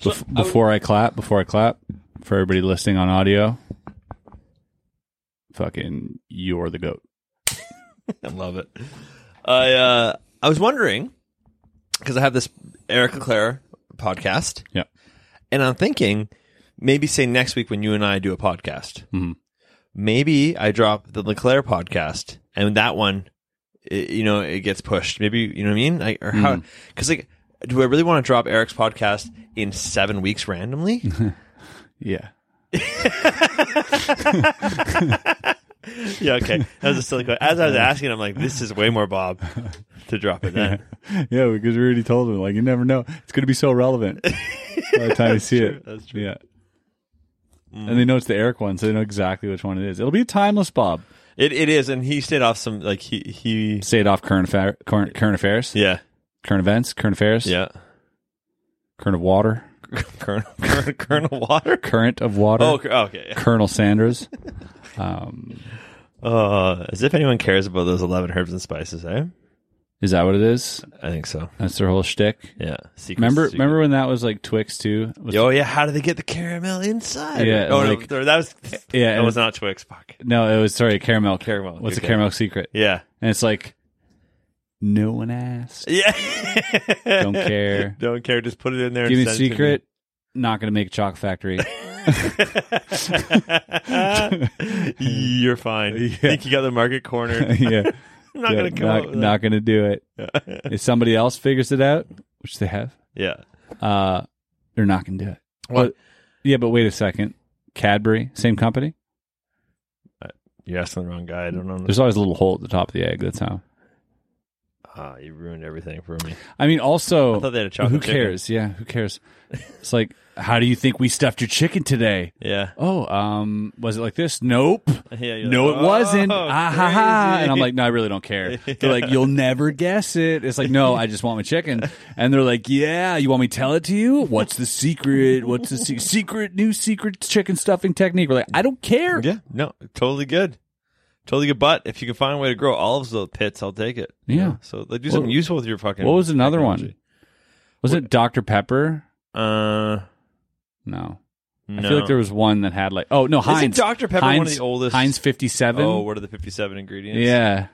B: Bef- before I clap, before I clap, for everybody listening on audio, fucking you're the goat.
C: I love it. I uh, I was wondering because I have this Eric Claire podcast,
B: Yeah.
C: and I'm thinking maybe say next week when you and I do a podcast, maybe I drop the Leclaire podcast, and that one, it, you know, it gets pushed. Maybe you know what I mean? I, or how? Because like, do I really want to drop Eric's podcast in seven weeks randomly?
B: Yeah.
C: yeah, okay. That was a silly question. As I was asking, I'm like, this is way more Bob to drop it then.
B: Yeah, because we already told him, like, you never know. It's going to be so relevant by the time you see it. That's true. Yeah.
C: Mm.
B: And they know it's the Eric one, so they know exactly which one it is. It'll be a timeless Bob.
C: It it is, and he stayed off some like he he
B: Say it off current, affair, current, current affairs,
C: yeah
B: current events, current affairs,
C: yeah
B: current of water,
C: Colonel Colonel, Colonel Water.
B: current of water,
C: Oh okay, okay.
B: Colonel Sanders. Um,
C: Uh, as if anyone cares about those eleven herbs and spices, eh?
B: Is that what it is?
C: I think so.
B: That's their whole shtick.
C: Yeah. Secret,
B: Remember,
C: secret.
B: remember when that was like Twix too? It was-
C: Oh yeah, how do they get the caramel inside?
B: Yeah,
C: Oh
B: like-
C: no, that was
B: Yeah,
C: That
B: and
C: was
B: it's-
C: not Twix. Fuck.
B: No, it was sorry, caramel.
C: Caramel,
B: What's
C: okay.
B: the caramel secret?
C: Yeah.
B: And it's like, no one asked.
C: Yeah.
B: Don't care.
C: Don't care. Just put it in there.
B: Give me
C: and
B: a
C: send it to
B: secret. Not gonna make Chalk Factory.
C: me. You're fine. Think you got the market cornered.
B: yeah,
C: I'm not
B: Yeah,
C: gonna come
B: not,
C: up with
B: not gonna do it.
C: that.
B: If somebody else figures it out, which they have,
C: yeah.
B: uh, they're not gonna do it.
C: What?
B: But, yeah, but wait a second. Cadbury, same company.
C: You're asking the wrong guy. I don't know.
B: There's always a little hole at the top of the egg. That's how.
C: Ah, you ruined everything for me.
B: I mean, also,
C: I thought they had a chocolate
B: who
C: chicken.
B: cares? Yeah, who cares? It's like, how do you think we stuffed your chicken today?
C: Yeah.
B: Oh, um, was it like this? Nope.
C: yeah you're
B: No,
C: like,
B: it wasn't.
C: "Oh,
B: Ah, ha, ha.
C: crazy."
B: And I'm like, no, I really don't care. They're like, you'll never guess it. It's like, no, I just want my chicken. And they're like, yeah, you want me to tell it to you? What's the secret? What's the se- secret, new secret chicken stuffing technique? We're like, I don't care.
C: yeah, no, totally good. Totally good. But if you can find a way to grow olives with pits, I'll take it. You
B: Yeah.
C: know? So like, do something
B: What-
C: useful with your fucking.
B: What was another
C: technology.
B: one? Was it Dr. Pepper?
C: Uh,
B: No.
C: no.
B: I feel like there was one that had like, oh, no, Heinz.
C: Dr. Pepper one of
B: Heinz,
C: the oldest-
B: Heinz 57.
C: Oh, what are the fifty-seven ingredients?
B: yeah.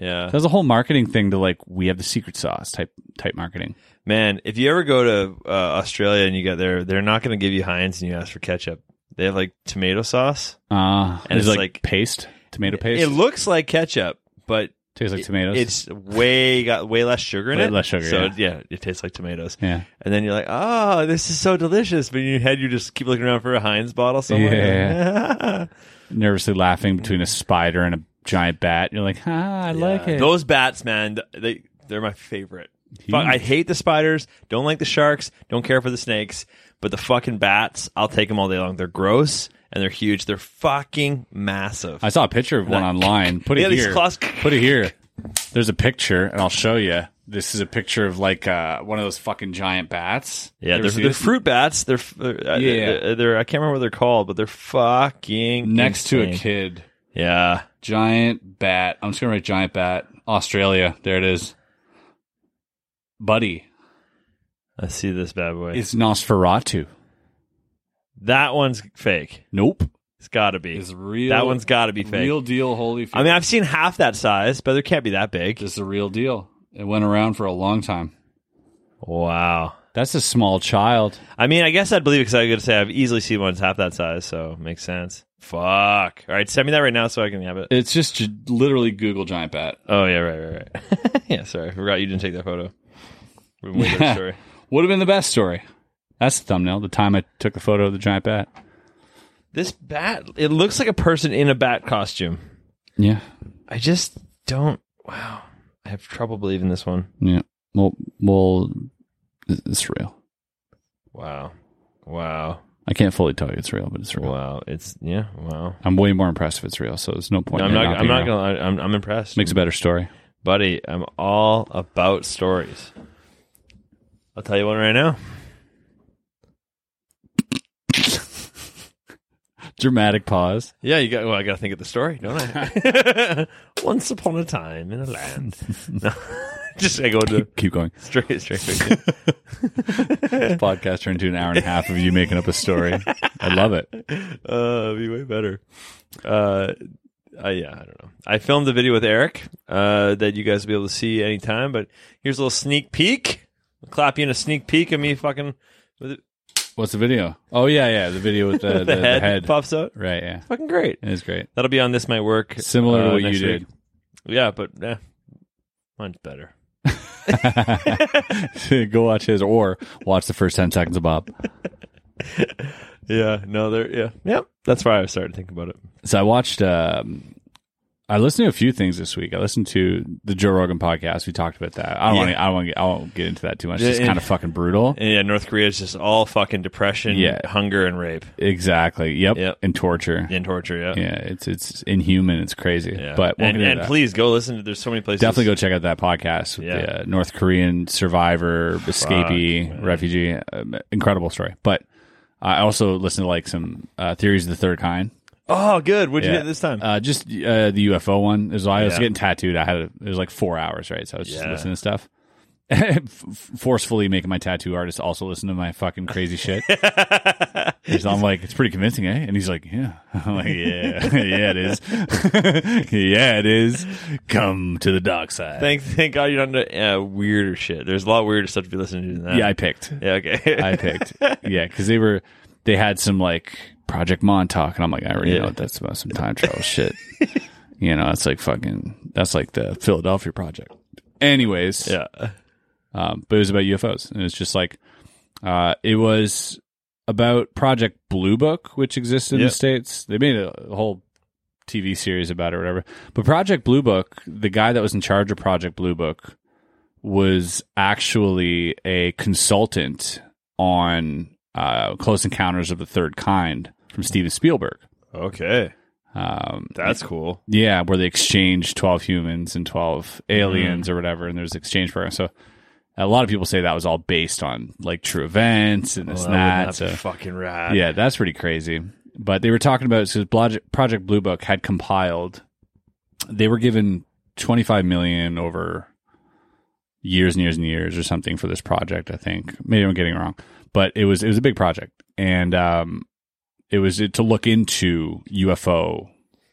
C: yeah.
B: That was a whole marketing thing to like, we have the secret sauce type type marketing.
C: Man, if you ever go to uh, Australia and you get there, they're not going to give you Heinz and you ask for ketchup. They have like tomato sauce.
B: Uh,
C: And
B: it's
C: it's
B: like,
C: like-
B: paste, tomato paste.
C: It looks like ketchup, but
B: Tastes like
C: it-
B: tomatoes.
C: It's way got way less sugar in
B: Way
C: it.
B: less sugar,
C: So
B: yeah.
C: it tastes like tomatoes.
B: Yeah.
C: And then you're like, oh, this is so delicious. But in your head, you just keep looking around for a Heinz bottle somewhere. Yeah.
B: nervously laughing between a spider and a giant bat. You're like, ah, I like it.
C: Those bats, man, th- they they're my favorite.
B: Huge.
C: Fuck, I hate the spiders. Don't like the sharks. Don't care for the snakes. But the fucking bats, I'll take them all day long. They're gross and they're huge. They're fucking massive.
B: I saw a picture of one
C: Like,
B: online. Put
C: Yeah,
B: it
C: these
B: here.
C: claws-
B: Put it here. There's a picture, and I'll show you. This is a picture of like uh, one of those fucking giant bats. You
C: yeah,
B: ever
C: they're,
B: see
C: they're
B: this?
C: fruit bats. They're, f- uh, they're,
B: Yeah.
C: they're, I can't remember what they're called, but they're fucking
B: next to a
C: insane.
B: kid.
C: Yeah,
B: Giant bat. I'm just gonna write giant bat. Australia. There it is. Buddy,
C: I see this bad boy.
B: it's Nosferatu.
C: that one's fake.
B: Nope,
C: It's got to be.
B: it's real.
C: That one's got to be fake.
B: real deal. Holy,
C: I mean, I've seen half that size, but it can't be that big.
B: this is a real deal. It went around for a long time.
C: Wow.
B: That's a small child.
C: I mean, I guess I'd believe it because I was going to say I've easily seen ones half that size, so makes sense. Fuck. All right, send me that right now so I can have it.
B: It's just j- literally Google giant bat.
C: Oh yeah, right, right, right. yeah, sorry, I forgot you didn't take that photo. We made that story.
B: Would have been the best story. That's the thumbnail. The time I took the photo of the giant bat.
C: This bat, it looks like a person in a bat costume.
B: Yeah,
C: I just don't. Wow, I have trouble believing this one.
B: yeah. Well, well, it- it's real.
C: Wow, wow,
B: I can't fully tell you it's real, but it's real.
C: wow. It's yeah, wow.
B: I'm way more impressed if it's real. So there's no point.
C: No,
B: in
C: I'm
B: it
C: not. I'm
B: being
C: not
B: real.
C: gonna. lie, I'm, I'm impressed,
B: Makes a better story.
C: buddy. I'm all about stories. I'll tell you one right now.
B: Dramatic pause.
C: Yeah, you got. Well, I got to think of the story, don't I? Once upon a time in a land. No, just I go to
B: Keep going.
C: straight, straight. straight.
B: Podcast turned to an hour and a half of you making up a story. I love it.
C: Uh, it'd be way better. Uh, I, yeah, I don't know. I filmed a video with Eric uh, that you guys will be able to see anytime. But here's a little sneak peek. I'll clap you in a sneak peek of me fucking with it-
B: What's the video? Oh yeah, yeah. The video with the, the,
C: the, head,
B: the head.
C: pops out.
B: Right. Yeah,
C: Fucking great.
B: it is great.
C: That'll be on this might work.
B: Similar to
C: uh,
B: what you
C: next
B: did.
C: week. Yeah, but eh, mine's better.
B: Go watch his or watch the first 10 seconds of Bob.
C: Yeah, no, they're yeah, yep. That's why I started thinking about it.
B: So I watched, um, I listened to a few things this week. I listened to the Joe Rogan podcast. We talked about that. I don't
C: Yeah.
B: want to, I don't want to, I won't get into that too much.
C: Yeah,
B: It's
C: and-
B: kind of fucking brutal.
C: And yeah, North Korea is just all fucking depression,
B: Yeah.
C: hunger, and rape
B: Exactly. Yep.
C: Yep.
B: And torture. Yeah.
C: and torture. Yeah,
B: It's, it's inhuman. It's crazy.
C: Yeah.
B: But we'll
C: and,
B: get into
C: and
B: that.
C: please go listen to. There's so many places.
B: definitely go check out that podcast with
C: Yeah.
B: the uh, North Korean survivor, escapee, refugee. Um, incredible story. But I also listened to like some uh, theories of the third kind.
C: Oh, good. What'd you
B: Yeah.
C: get this time?
B: Uh, just uh, the UFO one. It was, I was
C: Yeah.
B: getting tattooed. I had a, it was like four hours, right? So I was just
C: Yeah.
B: listening to stuff. F- Forcefully making my tattoo artist also listen to my fucking crazy shit. So I'm like, it's pretty convincing, eh? And he's like, yeah. I'm like, yeah, yeah, it is. yeah, it is. Come to the dark side.
C: thank, thank God you're not into uh, weirder shit. There's a lot of weirder stuff to be listening to than that.
B: yeah, I picked.
C: yeah, okay.
B: I picked. Yeah, because they were they had some like Project Montauk, and I'm like, I already know what that's about. Some time travel shit. You know, that's like fucking. That's like the Philadelphia Project. Anyways,
C: yeah,
B: um, but it was about UFOs, and it's just like, uh, it was about Project Blue Book, which exists in
C: Yeah.
B: the states. They made a whole TV series about it, or whatever. But Project Blue Book, the guy that was in charge of Project Blue Book, was actually a consultant on uh, Close Encounters of the Third Kind from Steven Spielberg.
C: okay.
B: Um,
C: That's cool.
B: yeah, where they exchange 12 humans and 12
C: Mm-hmm.
B: aliens or whatever, and there's exchange program. So a lot of people say that was all based on like true events and this
C: Well,
B: and that.
C: wouldn't that be
B: so-
C: fucking rad.
B: uh, yeah, that's pretty crazy. But they were talking about so Project Project Blue Book had compiled. They were given 25 million over years and years and years or something for this project. I think maybe I'm getting it wrong, but it was it was a big project, and um, it was to look into UFO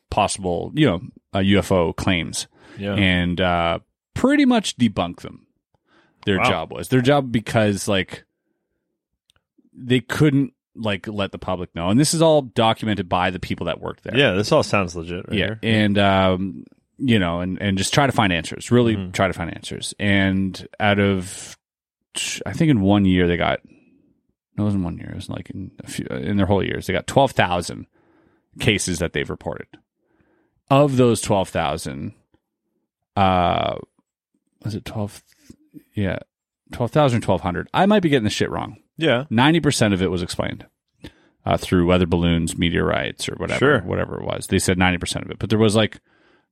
B: possible, you know, uh, UFO claims
C: yeah.
B: and uh, pretty much debunk them. Their
C: Wow.
B: job was their job because like they couldn't like let the public know, and this is all documented by the people that worked there.
C: Yeah, This all sounds legit. Right
B: yeah,
C: here.
B: and um, you know, and and just try to find answers. Really
C: Mm-hmm.
B: try to find answers. And out of, t- I think in one year they got, no, it wasn't one year. It was like in a few in their whole years they got twelve thousand cases that they've reported. Of those twelve thousand, uh, was it twelve? Yeah, twelve thousand or twelve hundred. I might be getting the shit wrong.
C: yeah.
B: Ninety percent of it was explained uh, through weather balloons, meteorites, or whatever,
C: Sure.
B: whatever it was. They said ninety percent of it, but there was like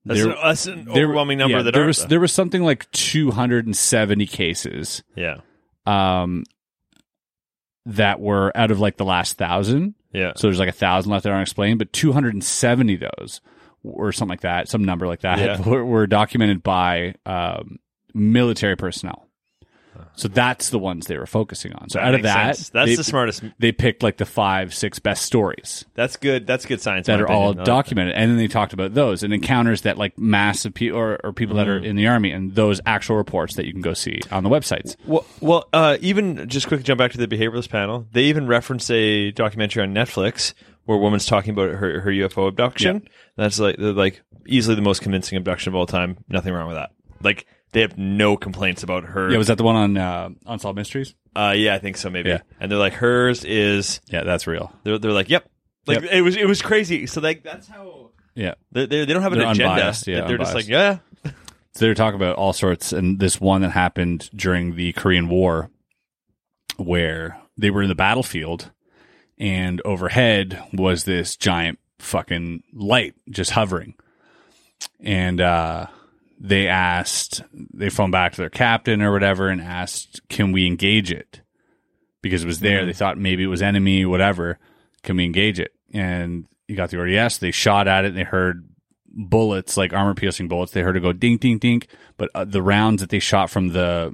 C: That's,
B: there-
C: an, that's an
B: there-
C: overwhelming number
B: yeah,
C: that
B: there
C: aren't,
B: was
C: though.
B: there was something like two hundred and seventy cases
C: yeah.
B: um, that were out of like the last thousand.
C: Yeah.
B: So there's like a thousand left that aren't explained, but two hundred and seventy of those or something like that, some number like that
C: Yeah.
B: were, were documented by um, military personnel. So that's the ones they were focusing on. So
C: That
B: out of
C: makes
B: that,
C: sense. that's
B: they,
C: the smartest.
B: they picked like the five, six best stories
C: That's good. That's good science. in
B: that
C: my
B: are all
C: opinion.
B: documented, and then they talked about those and encounters that like massive people or, or people that are in the army, and those actual reports that you can go see on the websites.
C: Well, well uh, even just quickly jump back to the behavioralist panel. They even reference a documentary on Netflix where a woman's talking about her, her UFO abduction. That's like they're like easily the most convincing abduction of all time. Nothing wrong with that. Like they have no complaints about her.
B: Yeah, was that the one on uh, Unsolved Mysteries?
C: uh, yeah I think so maybe.
B: Yeah.
C: And they're like hers is.
B: Yeah, that's real.
C: They're they're like yep. Like
B: Yep.
C: it was it was crazy. So like that's how
B: Yeah.
C: they they, they don't have an
B: They're
C: agenda.
B: unbiased, yeah,
C: they're just like
B: unbiased.
C: yeah.
B: So they were talking about all sorts, and this one that happened during the Korean War, where they were in the battlefield, and overhead was this giant fucking light just hovering, and uh, they asked, they phoned back to their captain or whatever, and asked, "Can we engage it?" Because it was there, they thought maybe it was enemy, whatever. Can we engage it? And you got the order. Yes, they shot at it, and they heard bullets, like armor piercing bullets. They heard it go ding, ding, ding. But uh, the rounds that they shot from the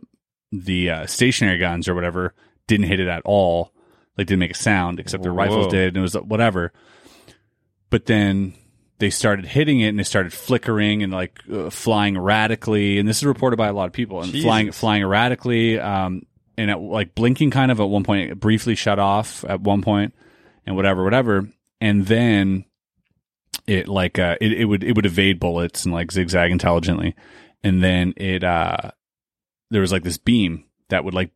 B: the uh, stationary guns or whatever didn't hit it at all. Like didn't make a sound, except their rifles
C: Whoa.
B: did, and it was uh, whatever. But then they started hitting it, and it started flickering and like uh, flying erratically. And this is reported by a lot of people. And
C: Jesus.
B: flying flying erratically, um, and it, like blinking kind of at one point, it briefly shut off at one point, and whatever, whatever. And then it like uh, it, it would it would evade bullets and like zigzag intelligently and then it uh there was like this beam that would like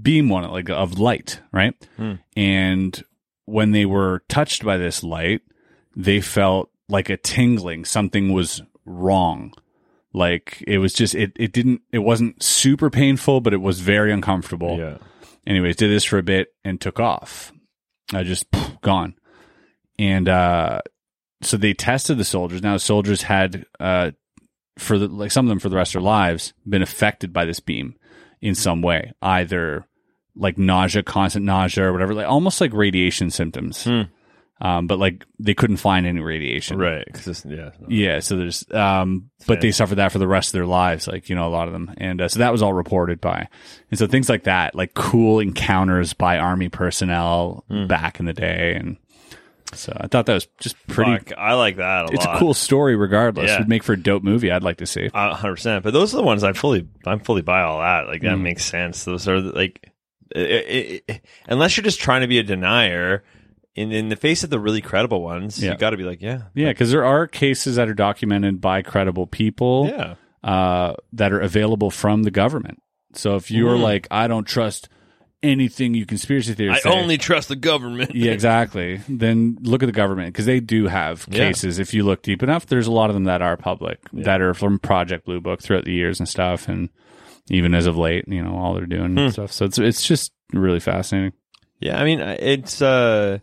B: beam on it like of light right
C: Hmm.
B: and when they were touched by this light they felt like a tingling something was wrong like it was just it, it didn't it wasn't super painful but it was very uncomfortable anyways did this for a bit and took off i just poof, gone and uh so they tested the soldiers now soldiers had uh for the, like some of them for the rest of their lives been affected by this beam in some way either like nausea constant nausea or whatever like almost like radiation symptoms
C: Hmm.
B: um but like they couldn't find any radiation
C: Right. Cause yeah.
B: yeah, so there's, um, but they suffered that for the rest of their lives, like you know, a lot of them, and uh, so that was all reported by, and so things like that, like cool encounters by army personnel
C: Hmm.
B: back in the day, and so I thought that was just pretty.
C: Fuck, I like that a
B: It's
C: lot.
B: a cool story, regardless.
C: Yeah.
B: Would make for a dope movie. I'd like to see.
C: hundred percent. But those are the ones I fully, I'm fully buy all that. Like that makes sense. Those are the- like, i i i unless you're just trying to be a denier, in in the face of the really credible ones,
B: Yeah.
C: you got to be like, yeah,
B: Yeah, because there are cases that are documented by credible people
C: yeah,
B: uh, that are available from the government. So if you're
C: Hmm.
B: like, I don't trust anything you conspiracy
C: I
B: theorists, say,
C: only trust the government.
B: yeah, exactly. Then look at the government because they do have
C: Yeah.
B: cases. If you look deep enough, there's a lot of them that are public that are from Project Blue Book throughout the years and stuff, and even as of late, you know, all they're doing and stuff. So it's it's just really fascinating.
C: Yeah, I mean, I- it's uh,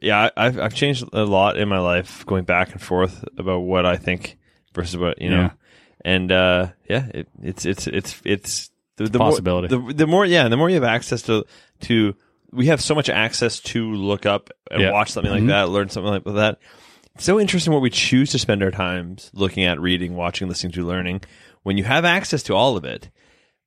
C: yeah, I- I've I've changed a lot in my life, going back and forth about what I think versus what you know,
B: Yeah.
C: and uh, yeah, it, it's it's it's it's the, the
B: possibility.
C: More, the, the more, yeah, the more you have access to to, we have so much access to look up and
B: Yeah. Mm-hmm.
C: watch something like that, learn something like that. It's so interesting what we choose to spend our times looking at, reading, watching, listening to, learning. When you have access to all of it,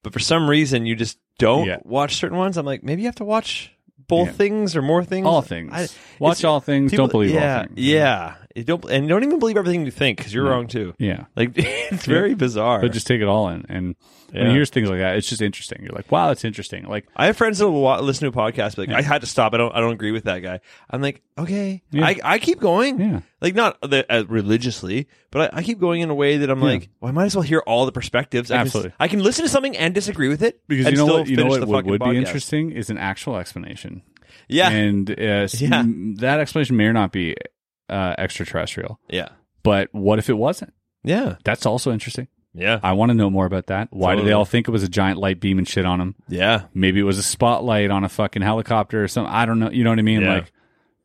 C: but for some reason you just don't
B: Yeah.
C: watch certain ones. I'm like, maybe you have to watch both
B: Yeah.
C: things or more things.
B: All things.
C: I-
B: Watch
C: it's-
B: all things.
C: people-
B: don't believe
C: yeah,
B: all things.
C: Yeah, You don't and don't even believe everything you think because you're wrong too.
B: yeah.
C: Like it's very bizarre.
B: But just take it all in, and when
C: Yeah.
B: you hear things like that, it's just interesting. You're like, wow, that's interesting. Like,
C: I have friends that will wa- listen to a podcast, but like, I had to stop. I don't. I don't agree with that guy. I'm like, okay, I, I keep going.
B: Yeah.
C: Like not the, uh, religiously, but I, I keep going in a way that I'm like, well, I might as well hear all the perspectives. I can s-
B: Absolutely.
C: I can, listen to something and disagree with it
B: because
C: and
B: you know
C: still
B: what, you know
C: finish
B: what
C: the
B: would,
C: fucking
B: would be
C: podcast.
B: interesting is an actual explanation.
C: Yeah.
B: and uh, s-
C: Yeah.
B: m- that explanation may or not be uh, extraterrestrial.
C: yeah.
B: But what if it wasn't?
C: Yeah.
B: That's also interesting.
C: Yeah.
B: I want to know more about that. Why do
C: Totally.
B: they all think it was a giant light beam and shit on them?
C: Yeah.
B: Maybe it was a spotlight on a fucking helicopter or something. I don't know. You know what I mean?
C: Yeah.
B: Like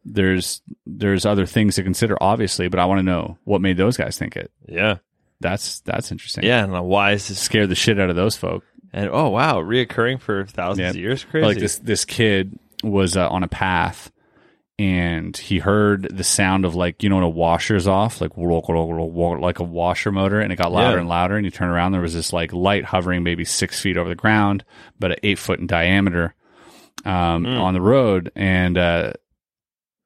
B: there's there's other things to consider, obviously, but I want to know what made those guys think it.
C: Yeah.
B: That's that's interesting.
C: Yeah. And why is this?
B: Scare the shit out of those folk.
C: And oh wow, reoccurring for thousands
B: Yeah.
C: of years. Crazy.
B: Like this this kid was uh, on a path and he heard the sound of like you know when a washer's off, like roll, roll, roll, roll, like a washer motor, and it got louder
C: Yeah.
B: and louder. And you turn around, there was this like light hovering maybe six feet over the ground, but eight foot in diameter um,
C: Mm.
B: on the road, and uh,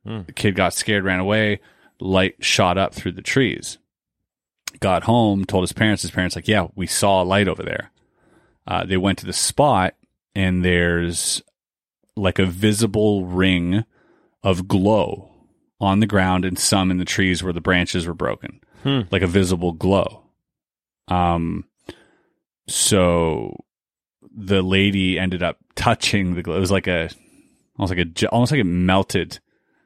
C: Mm.
B: the kid got scared, ran away. Light shot up through the trees. Got home, told his parents. His parents like, yeah, we saw a light over there. Uh, they went to the spot, and there's like a visible ring of glow on the ground and some in the trees where the branches were broken,
C: Hmm.
B: like a visible glow. Um, so the lady ended up touching the glow. It was like a almost like a ge- almost like it melted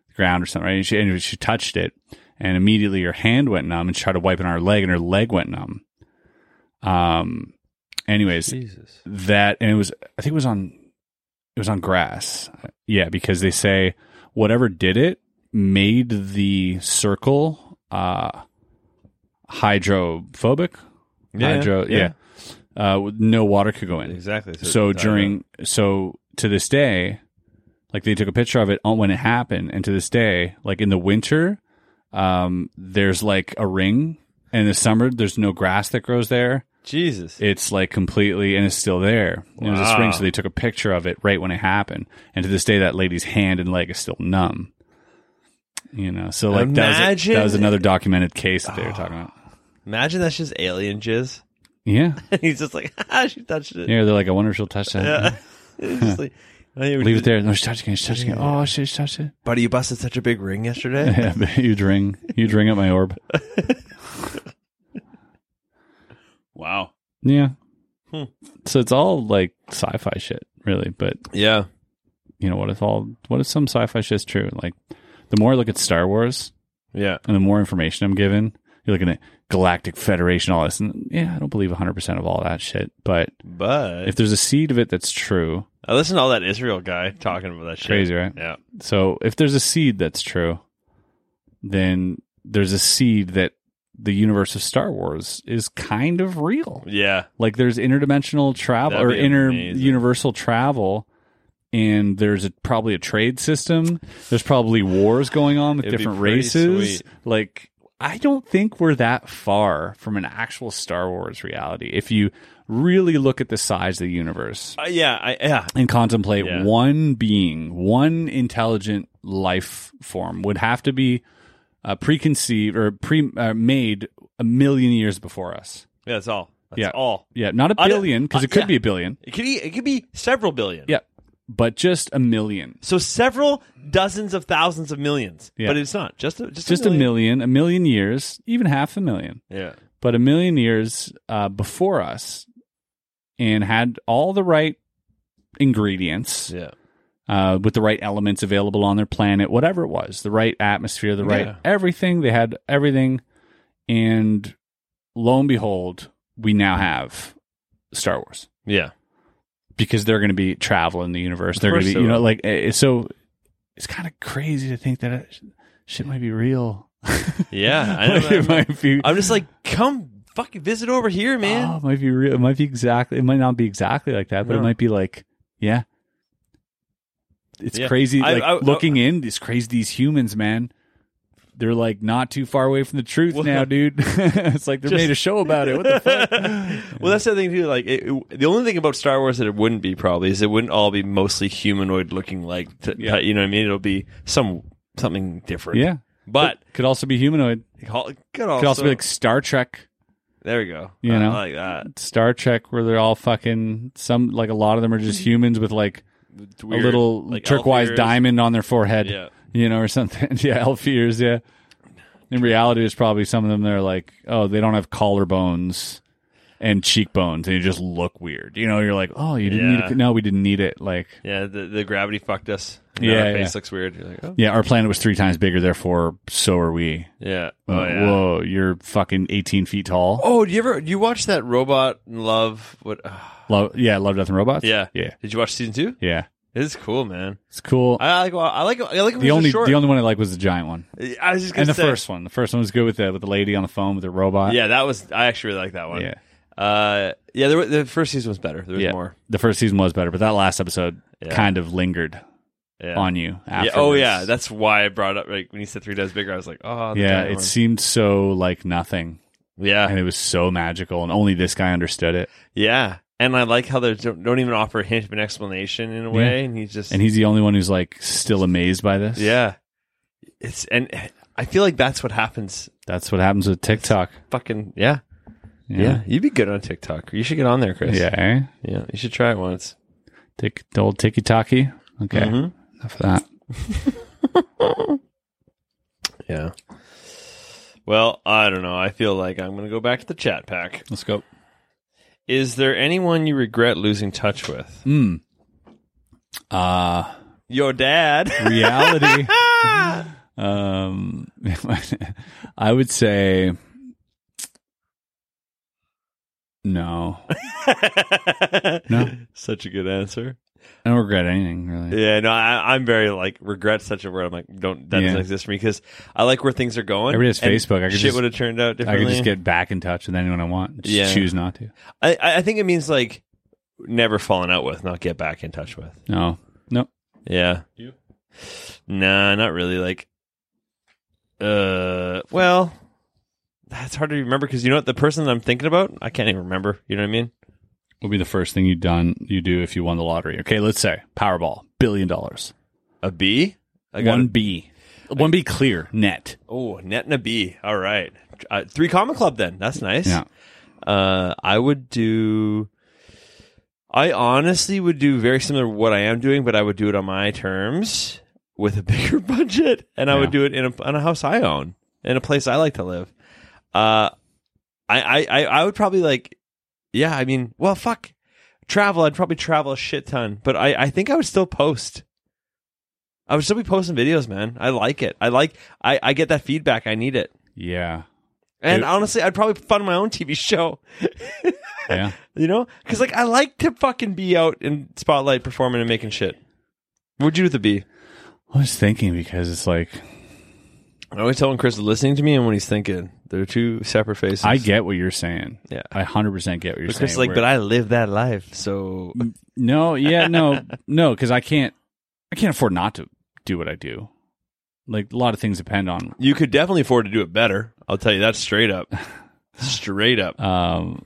B: the ground or something. Right? And she anyway, she touched it, and immediately her hand went numb, and she tried to wipe it on her leg, and her leg went numb. Um. Anyways,
C: Jesus.
B: that and it was i think it was on it was on grass yeah because they say whatever did it made the circle uh hydrophobic
C: Yeah,
B: hydro yeah,
C: yeah.
B: uh no water could go in
C: Exactly.
B: so during so to this day like they took a picture of it on when it happened and to this day like in the winter um there's like a ring and in the summer there's no grass that grows there
C: Jesus.
B: it's like completely and it's still there. And It was a
C: Wow.
B: spring, so they took a picture of it right when it happened. And to this day, that lady's hand and leg is still numb. You know, so like that was, a- that was
C: Imagine-
B: another documented case that they were talking about.
C: Imagine that's just alien jizz.
B: Yeah,
C: He's just like, ah, she touched it.
B: yeah. They're like, I wonder if she'll touch that.
C: Yeah. It's just like, oh, yeah, we
B: Leave
C: did-
B: it there. No, she's touching it. She's touching it. Oh, she's touched it.
C: Buddy, you busted such a big ring yesterday.
B: Yeah, but huge ring. Huge ring at my orb.
C: wow.
B: Yeah.
C: Hmm.
B: So it's all like sci-fi shit, really. But
C: Yeah.
B: you know, what if all what if some sci-fi shit's true? Like, the more I look at Star Wars,
C: Yeah.
B: and the more information I'm given, you're looking at Galactic Federation, all this. And yeah, I don't believe 100% of all that shit. But
C: But
B: if there's a seed of it that's true,
C: I listened to all that Israel guy talking about that shit.
B: crazy, right?
C: Yeah.
B: So if there's a seed that's true, then there's a seed that the universe of Star Wars is kind of real.
C: Yeah.
B: Like there's interdimensional travel
C: That'd
B: or
C: be
B: inter
C: amazing.
B: universal travel. And there's a, probably a trade system. There's probably wars going on with
C: It'd be
B: different
C: pretty
B: races.
C: sweet.
B: Like, I don't think we're that far from an actual Star Wars reality. If you really look at the size of the universe
C: Uh, yeah. I, yeah.
B: and contemplate
C: Yeah.
B: one being, one intelligent life form would have to be uh, preconceived or pre uh, made a million years before us.
C: Yeah. That's all. That's
B: Yeah.
C: all.
B: Yeah, not a
C: I don't-
B: billion because
C: uh,
B: it could
C: yeah.
B: be a billion.
C: It could be. It could be several billion.
B: Yeah, but just a million.
C: So several dozens of thousands of millions.
B: Yeah.
C: But it's not just a, just,
B: Just a million, a million years, even half a million,
C: Yeah.
B: but a million years uh, before us, and had all the right ingredients
C: Yeah.
B: uh, with the right elements available on their planet, whatever it was, the right atmosphere, the right
C: Yeah.
B: everything. They had everything, and lo and behold, we now have Star Wars.
C: Yeah.
B: because they're going to be traveling the universe. They're going
C: course
B: to be,
C: they
B: you know,
C: will.
B: like eh, so. It's kind of crazy to think that it, shit might be real.
C: Yeah. I know,
B: it might be.
C: I'm just like, come fucking visit over here,
B: Oh,
C: man.
B: it might be real. It might be exactly. It might not be exactly like that, but it
C: No.
B: might be like, yeah. It's
C: Yeah.
B: crazy.
C: I-
B: Like
C: I- I-
B: looking in, it's crazy. These humans, man, they're like not too far away from the truth
C: Well,
B: now, dude. it's like they're made a show about it. What the fuck?
C: well, that's the other thing too. Like, it, it- the only thing about Star Wars that it wouldn't be probably is it wouldn't all be mostly humanoid looking. Like, t-
B: Yeah.
C: you know what I mean? It'll be some something different.
B: yeah,
C: but
B: could also be humanoid.
C: it could also,
B: Could also be like Star Trek.
C: there we go.
B: You
C: I
B: know?
C: like that
B: Star Trek where they're all fucking some like a lot of them are just
C: Hmm.
B: humans with like
C: It's
B: a
C: weird,
B: little
C: like
B: turquoise
C: elf ears.
B: diamond on their forehead,
C: Yeah.
B: you know, or something. yeah, elf ears. Yeah. In reality, there's probably some of them that are like, oh, they don't have collarbones and cheekbones, and you just look weird. You know, you're like, oh, you didn't need
C: Yeah.
B: it. No, we didn't need it. Like,
C: Yeah, the, the gravity fucked us.
B: Yeah,
C: yeah, our face
B: yeah.
C: looks weird. You're like, oh,
B: yeah, our planet was three times bigger, therefore, so are we.
C: yeah.
B: Uh,
C: Oh, yeah.
B: Whoa, you're fucking 18 feet tall.
C: Oh, do you ever do you watch that Robot in Love? What? uh,
B: Love, yeah, Love, Death, and Robots.
C: yeah,
B: yeah,
C: Did you watch season two?
B: yeah.
C: It's cool, man.
B: It's cool.
C: I like. I like. I like.
B: the only, the only one I like was the giant one.
C: I was just gonna
B: and the
C: say,
B: first one, the first one was good with the with the lady on the phone with the robot.
C: Yeah, that was. I actually really like that one.
B: yeah,
C: Uh, yeah. There, wa- the first season was better. There was
B: Yeah.
C: more.
B: The first season was better, but that last episode
C: Yeah.
B: kind of lingered.
C: Yeah.
B: on you.
C: Yeah,
B: Afterwards.
C: oh yeah, that's why I brought up like when you said three does bigger. I was like, oh the
B: yeah.
C: giant
B: It
C: one.
B: seemed so like nothing,
C: yeah,
B: and it was so magical, and only this guy understood it.
C: yeah. And I like how they don't, don't even offer a hint of an explanation in a way, and he's just
B: And he's the only one who's like still amazed by this.
C: yeah. It's and I feel like that's what happens.
B: that's what happens with TikTok.
C: Fucking yeah, yeah. You'd be good on TikTok. You should get on there, Chris.
B: yeah. eh?
C: yeah. You should try it once.
B: Tick the old ticky tacky. Okay,
C: Mhm.
B: enough of that.
C: Yeah. Well, I don't know. I feel like I'm gonna go back to the chat pack.
B: Let's go.
C: Is there anyone you regret losing touch with?
B: Hmm. Uh
C: Your dad.
B: reality. um, I would say no. No.
C: Such a good answer.
B: I don't regret anything really.
C: Yeah, no, I, I'm very like regret such a word. I'm like, don't that
B: Yeah.
C: doesn't exist for me because I like where things are going.
B: Everybody has
C: and
B: Facebook. I could
C: shit
B: just-
C: would have turned out
B: I
C: differently.
B: could just get back in touch with anyone I want. Just
C: Yeah.
B: choose not to.
C: I, I- I think it means like never fallen out with, not get back in touch with.
B: No. Nope.
C: Yeah. You? Nah, not really. Like, uh, well, that's hard to remember because you know what the person that I'm thinking about, I can't even remember. You know what I mean?
B: What would be the first thing you done you do if you won the lottery? Okay, let's say Powerball, billion dollars.
C: A B. I got
B: One B. One B clear net.
C: Oh, net and a B. All right. Uh, three comma club then. That's nice.
B: Yeah.
C: Uh, I would do. I honestly would do very similar to what I am doing, but I would do it on my terms with a bigger budget, and I
B: Yeah.
C: would do it in a, on a house I own in a place I like to live. Uh, I, I I I would probably like, yeah. I mean, well, fuck, travel. I'd probably travel a shit ton, but I I think I would still post. I would still be posting videos, man. I like it. I like. I I get that feedback. I need it.
B: Yeah.
C: And
B: It-
C: honestly, I'd probably fund my own TV show.
B: Yeah.
C: You know, because like I like to fucking be out in spotlight performing and making shit. What'd you do with the B?
B: I was thinking because it's like
C: I always tell when Chris is listening to me and when he's thinking. They're two separate faces.
B: I get what you're saying.
C: Yeah.
B: I hundred percent get what you're
C: But
B: saying.
C: Chris is like,
B: where-
C: but I live that life, so
B: no, yeah, no, no, because I can't, I can't afford not to do what I do. Like a lot of things depend on.
C: you could definitely afford to do it better. I'll tell you that straight up, straight up.
B: Um,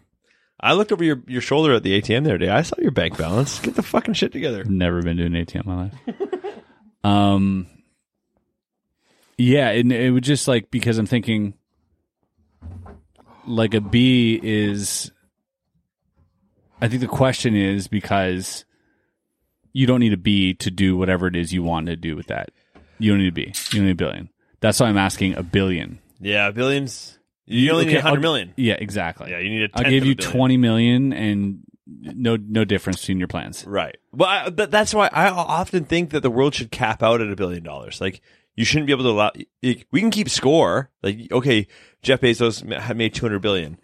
C: I looked over your, your shoulder at the ATM the other day. I saw your bank balance. Get the fucking shit together.
B: never been to an ATM in my life. um, yeah, and it would just like because I'm thinking, like a B is. I think the question is because you don't need a B to do whatever it is you want to do with that. You don't need a B. You don't need a billion. That's why I'm asking a billion.
C: Yeah, billions. You only
B: Okay,
C: need a hundred
B: I'll-
C: million.
B: Yeah, exactly.
C: Yeah, you need a.
B: I'll
C: tenth
B: give
C: of a
B: you
C: billion.
B: twenty million, and no, no difference between your plans.
C: Right. Well, I, but that's why I often think that the world should cap out at a billion dollars. Like, you shouldn't be able to allow. like, We can keep score. Like, okay, Jeff Bezos ma- had made two hundred billion,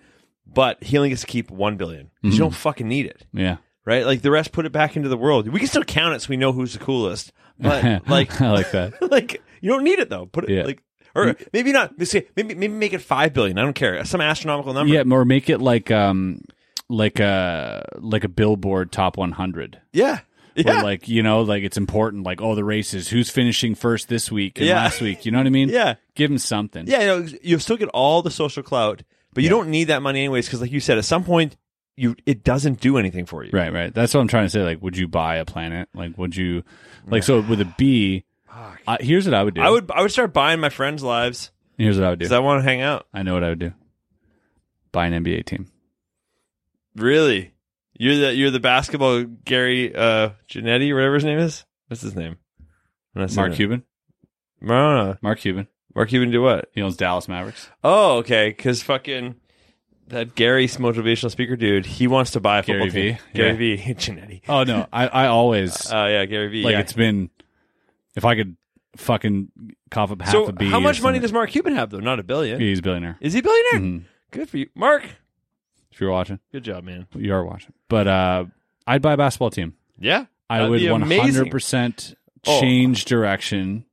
C: but he only gets to keep one billion.
B: Mm-hmm.
C: You don't fucking need it,
B: Yeah,
C: right? Like the rest, put it back into the world. We can still count it, so we know who's the coolest. But like,
B: I like that.
C: like you don't need it though. Put it
B: Yeah. Mm-hmm.
C: like, or maybe not. let's say- Maybe maybe make it five billion. I don't care. Some astronomical number.
B: Yeah, or make it like um, like a like a billboard top one hundred.
C: Yeah.
B: Where
C: Yeah.
B: like you know, like it's important. Like oh, the races, who's finishing first this week and
C: Yeah.
B: last week. You know what I mean?
C: Yeah.
B: give him something.
C: Yeah, you know, you'll still get all the social clout, but you don't need that money anyways because, like you said, at some point, you it doesn't do anything for you.
B: Right, right. That's what I'm trying to say. Like, would you buy a planet? Like, would you, like, so with a B, uh, here's what I would do.
C: I would I would start buying my friends' lives
B: Here's what I would do.
C: because I want to hang out.
B: I know what I would do. Buy an NBA team.
C: Really, you're the you're the basketball Gary uh Janetti or whatever his name is. What's his name? I'm not saying
B: Mark
C: it.
B: Cuban.
C: No, no, no.
B: Mark Cuban.
C: Mark Cuban do what?
B: He owns Dallas Mavericks.
C: Oh, okay. Because fucking that Gary motivational speaker dude, he wants to buy a football
B: Gary V,
C: team. Gary
B: yeah.
C: V. Janetti.
B: Oh no, I, I always
C: Oh yeah, Gary V.
B: like
C: yeah.
B: it's been. If I could fucking cough up half
C: so
B: a B,
C: how
B: or
C: much money
B: something-
C: does Mark Cuban have though? Not a billion.
B: he's a billionaire?
C: Is he a billionaire?
B: Mhm.
C: Good for you, Mark.
B: If you're watching,
C: Good job, man.
B: you are watching. But uh, I'd buy a basketball team.
C: Yeah,
B: I
C: That'd
B: would
C: be amazing.
B: 100%
C: Oh.
B: change direction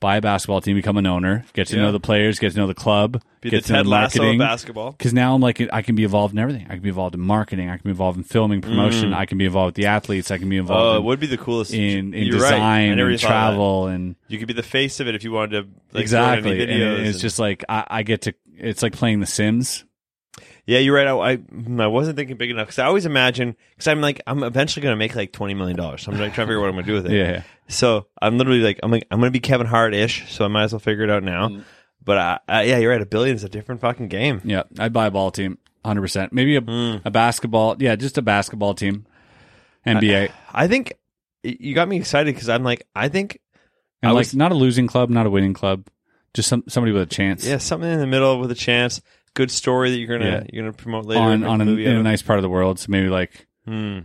B: buy a basketball team, become an owner, get to
C: Yeah.
B: know the players, get to know the club,
C: Be
B: get
C: the
B: to know
C: Ted
B: the
C: Lasso of
B: marketing.
C: basketball.
B: Because now I'm like, I can be involved in everything. I can be involved in marketing. I can be involved in filming, promotion.
C: Mm.
B: I can be involved with the athletes. I can be
C: Oh,
B: involved
C: it would be the coolest.
B: um, in, in, in
C: You're right. I
B: design
C: never
B: and
C: even thought of that.
B: travel and
C: You could be the face of it if you wanted to. Like,
B: exactly.
C: Videos
B: and it's
C: and-
B: just like I, I get to. It's like playing The Sims.
C: yeah, you're right. I I, mm, I wasn't thinking big enough because I always imagine because I'm like I'm eventually gonna make like twenty million dollars. So I'm like trying to figure out what I'm gonna do with it.
B: Yeah.
C: So I'm literally like I'm like I'm gonna be Kevin Hart ish. So I might as well figure it out now. But I, I, yeah, you're right. A billion is a different fucking game.
B: Mm. Yeah, I'd buy a ball team, hundred percent. Maybe a,
C: Hmm.
B: a basketball. Yeah, just a basketball team, NBA,
C: I think y- you got me excited because I'm like I think
B: and
C: I
B: like
C: was-
B: not a losing club, not a winning club, just some somebody with a chance
C: yeah something in the middle with a chance. Good story that you're gonna
B: Yeah.
C: you're gonna promote later
B: on
C: make
B: on a,
C: movie
B: in
C: out
B: a
C: of.
B: nice part of the world. So maybe like
C: Hmm.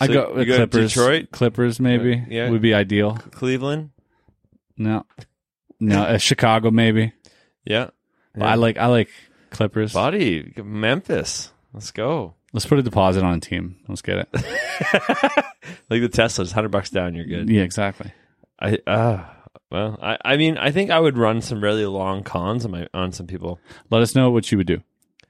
B: I
C: So
B: go
C: you
B: with
C: go to
B: Clippers,
C: Detroit? Uh,
B: Clippers maybe
C: Yeah. Yeah.
B: would be ideal.
C: Cleveland.
B: No, no, uh, Chicago maybe.
C: Yeah.
B: But I like I like Clippers.
C: Body Memphis. Let's go.
B: Let's put a deposit on a team. Let's get it.
C: Like the Teslas, hundred bucks down, you're good.
B: yeah, exactly.
C: I uh well, I, I mean, I think I would run some really long cons on my on some people.
B: Let us know what you would do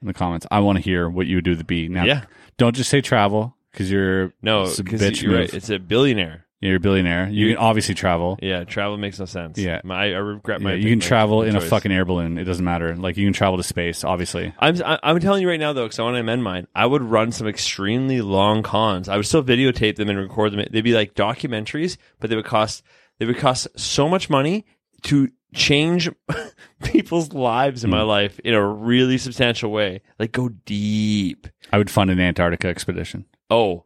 B: in the comments. I want to hear what you would do with the B. Now,
C: Yeah.
B: don't just say travel because you're
C: No,
B: it's a
C: because
B: bitch
C: you're right.
B: move.
C: It's a billionaire.
B: Yeah, you're a billionaire. You, can obviously travel.
C: Yeah, travel makes no sense.
B: Yeah.
C: my, I regret my.
B: Yeah, you can
C: my
B: travel in a
C: choice.
B: fucking air balloon. It doesn't matter. Like you can travel to space. Obviously,
C: I'm I- I'm telling you right now though, because I want to amend mine. I would run some extremely long cons. I would still videotape them and record them. They'd be like documentaries, but they would cost they would cost so much money to change people's lives in my life in a really substantial way. Like go deep.
B: I would fund an Antarctica expedition,
C: Oh,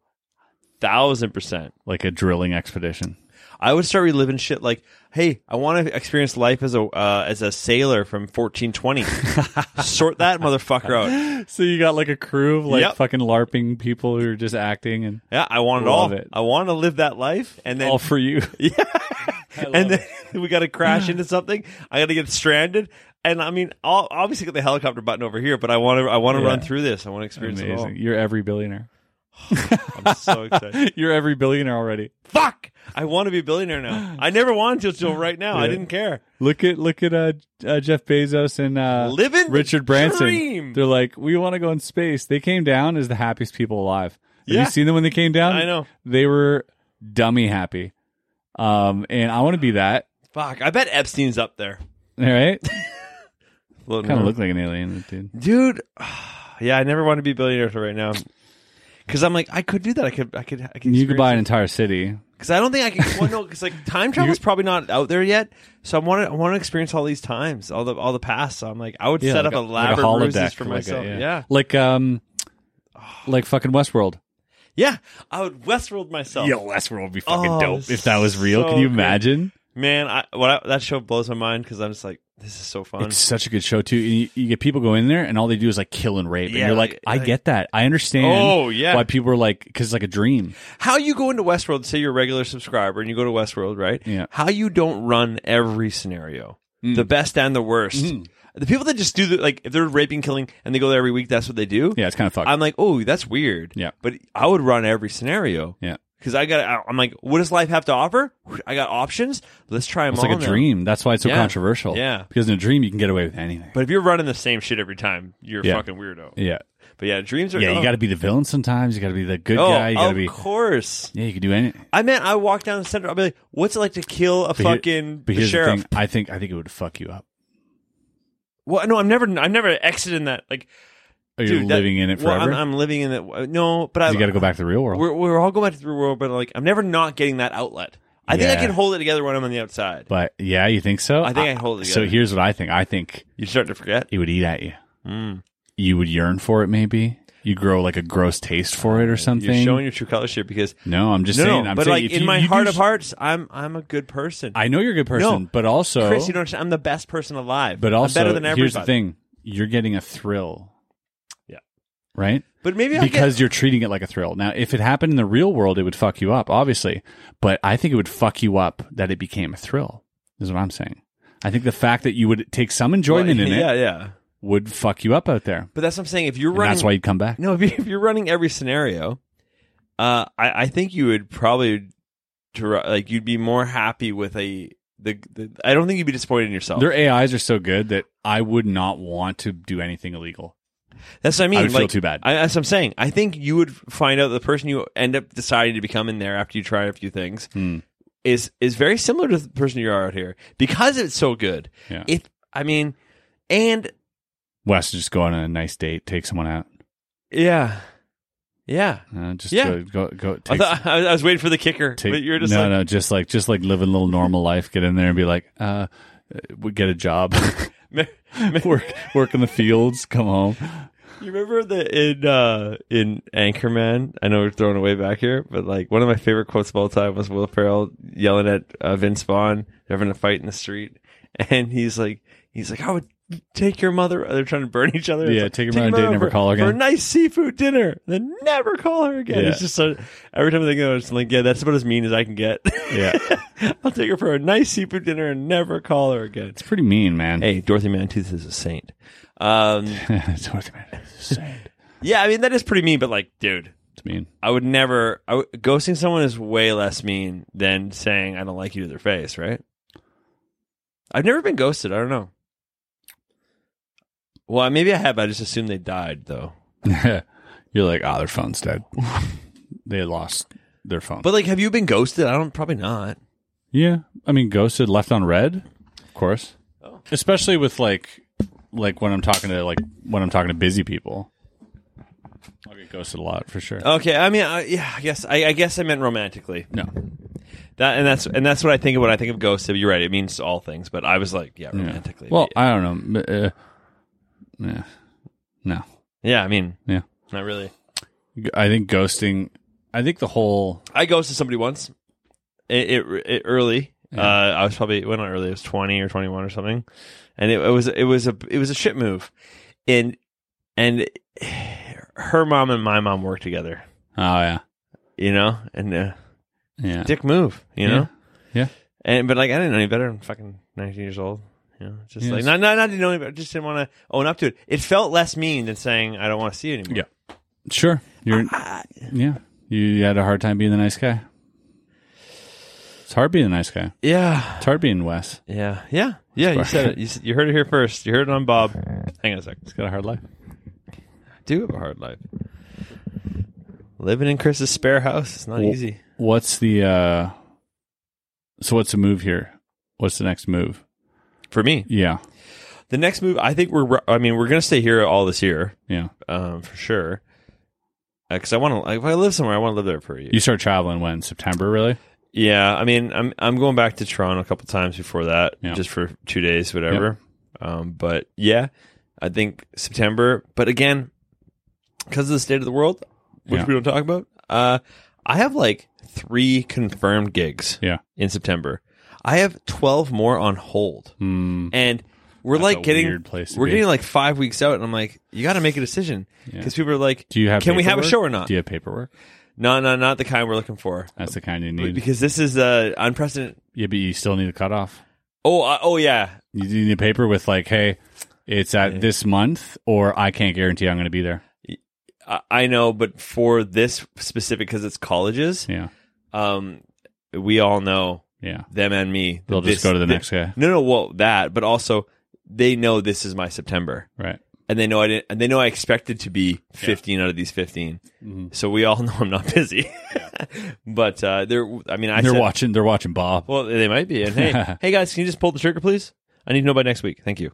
C: thousand percent.
B: like a drilling expedition.
C: I would start reliving shit like, hey, I want to experience life as a uh, as a sailor from 1420. sort that motherfucker out.
B: So you got like a crew of like
C: Yep.
B: fucking larping people who are just acting and
C: Yeah, I want it
B: Love
C: all.
B: it.
C: I want to live that life, and then
B: all for you.
C: and then we got to crash into something. I got to get stranded, and I mean, I'll obviously get the helicopter button over here, but I want to. I want to
B: Yeah.
C: run through this. I want to experience
B: Amazing. You're every billionaire.
C: it all. I'm so excited.
B: You're every billionaire already.
C: Fuck! I want to be a billionaire now. I never wanted to until right now. I
B: Yeah.
C: didn't care.
B: Look at look at uh, uh, Jeff Bezos and uh,
C: Living the
B: Richard Branson.
C: dream.
B: They're like, we want to go in space. They came down as the happiest people alive. Have
C: Yeah.
B: you seen them when they came down?
C: I know.
B: they were dummy happy. Um, and I want to be that.
C: Fuck! I bet Epstein's up there.
B: All right,
C: Floating
B: kind of
C: around.
B: look like an alien, dude.
C: dude. Yeah, I never want to be a billionaire till right now. Because I'm like, I could do that. I could, I could, I could.
B: You could buy an entire city.
C: Because I don't think I can. Well, no, because like time travel is probably not out there yet. So I want to, I want to experience all these times, all the, all the past. So I'm like, I would set up
B: like like
C: elaborate ruses for
B: like a-
C: myself. yeah. yeah,
B: like um, like fucking Westworld.
C: I would Westworld myself.
B: Westworld would be
C: fucking Oh, dope
B: if that was real.
C: so
B: Can you
C: good.
B: imagine?
C: Man, I, what I, that show blows my mind because I'm just like, this is so fun.
B: It's such a good show too. And you, you get people go in there, and all they do is like kill and rape.
C: Yeah,
B: and you're like,
C: like-
B: I get that. I understand.
C: Oh, yeah.
B: why people are like because it's like a dream.
C: How you go into Westworld? Say you're a regular subscriber and you go to Westworld, right?
B: Yeah. Mm.
C: How you don't run every scenario, the best and the worst. The people that just do the like, if they're raping, killing, and they go there every week, that's what they do.
B: Yeah, it's kind of fucked.
C: I'm like, oh, that's weird.
B: Yeah.
C: But I would run every scenario.
B: yeah,
C: Because I got, I'm like, what does life have to offer? I got options. Let's try them
B: it's
C: all.
B: like a
C: now.
B: dream. That's why it's so
C: Yeah.
B: controversial.
C: Yeah.
B: because in a dream you can get away with anything.
C: But if you're running the same shit every time, you're a
B: Yeah.
C: fucking weirdo.
B: yeah,
C: But yeah, dreams are.
B: Yeah, you
C: oh.
B: got to be the villain sometimes. You got to be the good
C: Oh,
B: guy. You got to
C: of
B: be.
C: course.
B: Yeah, you can do anything.
C: I meant I walk down the center. I'll be like, what's it like to kill a
B: But here-
C: fucking
B: but here's the
C: sheriff?
B: thing. I think I think it would fuck you up.
C: Well, no, I'm never, I'm never exiting that. Like,
B: Or you're
C: dude, that-
B: living in it
C: well,
B: forever.
C: I'm, I'm living in it. uh, No, but I.
B: you got to go back to the real world.
C: We're, we're all going back to the real world, but like, I'm never not getting that outlet. I think
B: Yeah.
C: I can hold it together when I'm on the outside.
B: But yeah, you think so?
C: I think I can hold it
B: So
C: together.
B: here's what I think. I think
C: you start to forget.
B: it would eat at you.
C: Mm.
B: You would yearn for it. Maybe you grow like a gross taste for it or something.
C: You're showing your true colors here because
B: no, I'm just
C: no,
B: saying.
C: no,
B: I'm
C: but
B: saying
C: like
B: if
C: in
B: you-
C: my
B: you do
C: heart of
B: sh-
C: hearts, I'm I'm a good person.
B: I know you're a good person,
C: No.
B: but also,
C: Chris, you don't. understand, I'm the best person alive.
B: but also,
C: I'm better than everybody.
B: here's the thing: you're getting a thrill.
C: Yeah.
B: Right.
C: But maybe I
B: because
C: get,
B: you're treating it like a thrill. Now, if it happened in the real world, it would fuck you up, obviously. But I think it would fuck you up that it became a thrill. Is what I'm saying. I think the fact that you would take some enjoyment in it
C: Yeah, yeah.
B: would fuck you up out there,
C: But that's what I'm saying. If you're
B: and
C: running,
B: that's why you'd come back.
C: no, if, you, if you're running every scenario, uh, I I think you would probably, dr- like, you'd be more happy with a the, the I don't think you'd be disappointed in yourself.
B: Their AIs are so good that I would not want to do anything illegal.
C: That's what I mean.
B: would feel
C: like,
B: too bad.
C: I, that's what I'm saying. I think you would find out the person you end up deciding to become in there after you try a few things
B: Hmm.
C: is is very similar to the person you are out here because it's so good.
B: Yeah.
C: If I mean, and
B: Wes, just go on a nice date, take someone out.
C: yeah, yeah.
B: Uh, just
C: Yeah.
B: go, go, go
C: I
B: take,
C: thought I was- I was waiting for the kicker,
B: take
C: but you're just
B: no,
C: like,
B: no, just like, just like living a little normal life. Get in there and be like, uh, uh, we get a job,
C: Me- me-
B: work, work in the fields, come home.
C: You remember the in uh, in Anchorman? I know we're throwing away back here, but like one of my favorite quotes of all time was Will Ferrell yelling at uh, Vince Vaughn, they're having a fight in the street, and he's like, he's like, I would take your mother. They're trying to burn each other. It's
B: Yeah,
C: like,
B: take your mother on a date, never
C: for-
B: call her
C: for a
B: again."
C: nice seafood dinner, then never call her again.
B: Yeah.
C: It's just so, every time I think of it, it's like, yeah, that's about as mean as I can get.
B: Yeah.
C: I'll take her for a nice seafood dinner and never call her again.
B: It's pretty mean, man.
C: Hey, Dorothy Mantooth is a saint. Um,
B: It's worth it, man. It's sad.
C: yeah, I mean that is pretty mean, but like, dude.
B: It's mean.
C: I would never. I would, ghosting someone is way less mean than saying I don't like you to their face, right? I've never been ghosted. I don't know. Well, maybe I have. I just assumed they died, though.
B: You're like, ah, their phone's dead. they lost their phone.
C: But like, have you been ghosted? I don't. Probably not.
B: yeah, I mean, ghosted, left on red, of course. Especially with like, like when I'm talking to like when I'm talking to busy people, I'll get ghosted a lot for sure.
C: Okay. I mean, I, yeah. I guess. I, I guess I meant romantically.
B: no,
C: That and that's and that's what I think of when I think of ghosted. You're right. It means all things. But I was like, yeah,
B: Yeah.
C: romantically.
B: Well, I don't know. Uh, yeah. no,
C: yeah. I mean,
B: yeah.
C: not really.
B: I think ghosting. I think the whole oh,
C: I ghosted somebody once. It it, it early. Uh, I was probably well not early. It was twenty or twenty one or something, and it, it was it was a it was a shit move, and and her mom and my mom worked together,
B: oh yeah
C: you know, and uh,
B: yeah
C: dick move, you know,
B: Yeah. Yeah.
C: and but like I didn't know any better. I'm fucking nineteen years old. You know, just like
B: Yes.
C: not not not didn't know any better. Just didn't want to own up to it. It felt less mean than saying I don't want to see you anymore.
B: Yeah. sure you're yeah you had a hard time being the nice guy. It's hard being the nice guy.
C: yeah,
B: It's hard being Wes.
C: yeah, yeah, yeah. You said it. You, s- you heard it here first. You heard it on Bob. Hang on a sec.
B: Got a hard life.
C: do have a hard life. Living in Chris's spare house is not
B: Well-
C: easy.
B: What's the uh so what's the move here? What's the next move?
C: For me,
B: Yeah.
C: the next move, I think we're. I mean, we're gonna stay here all this year,
B: Yeah.
C: um, for sure. Because I want to. If I live somewhere, I want to live there for a year.
B: You start traveling when? September really?
C: yeah, I mean, I'm I'm going back to Toronto a couple times before that,
B: Yeah.
C: just for two days, whatever. Um, but yeah, I think September. But again, because of the state of the world, which
B: Yeah.
C: we don't talk about, uh, I have like three confirmed gigs.
B: Yeah.
C: in September. I have 12 more on hold.
B: Mm,
C: And we're
B: a
C: like getting
B: weird place to
C: we're
B: be.
C: getting like 5 weeks out and I'm like you got to make a decision
B: Yeah.
C: cuz people are like
B: do you have
C: Can we have a
B: paperwork?
C: show or not?
B: Do you have paperwork?
C: no no not the kind we're looking for
B: That's the kind you need.
C: because this is uh unprecedented
B: yeah, but you still need a cutoff.
C: Oh uh, oh yeah.
B: You do need a paper with like, hey, it's at this month or I can't guarantee I'm gonna be there.
C: I, I know but for this specific cuz it's colleges
B: Yeah.
C: um we all know
B: Yeah.
C: them and me that
B: They'll just
C: this-
B: go to the
C: thi-
B: next guy.
C: No no well that but also they know this is my September.
B: Right.
C: and they know I didn't, and they know I expected to be 15 out of these 15.
B: Mm-hmm.
C: So we all know I'm not busy. but uh, they're, I mean, I
B: they're
C: said,
B: watching they're watching Bob.
C: well, they might be. And hey, hey guys, can you just pull the trigger, please? I need to know by next week. Thank you.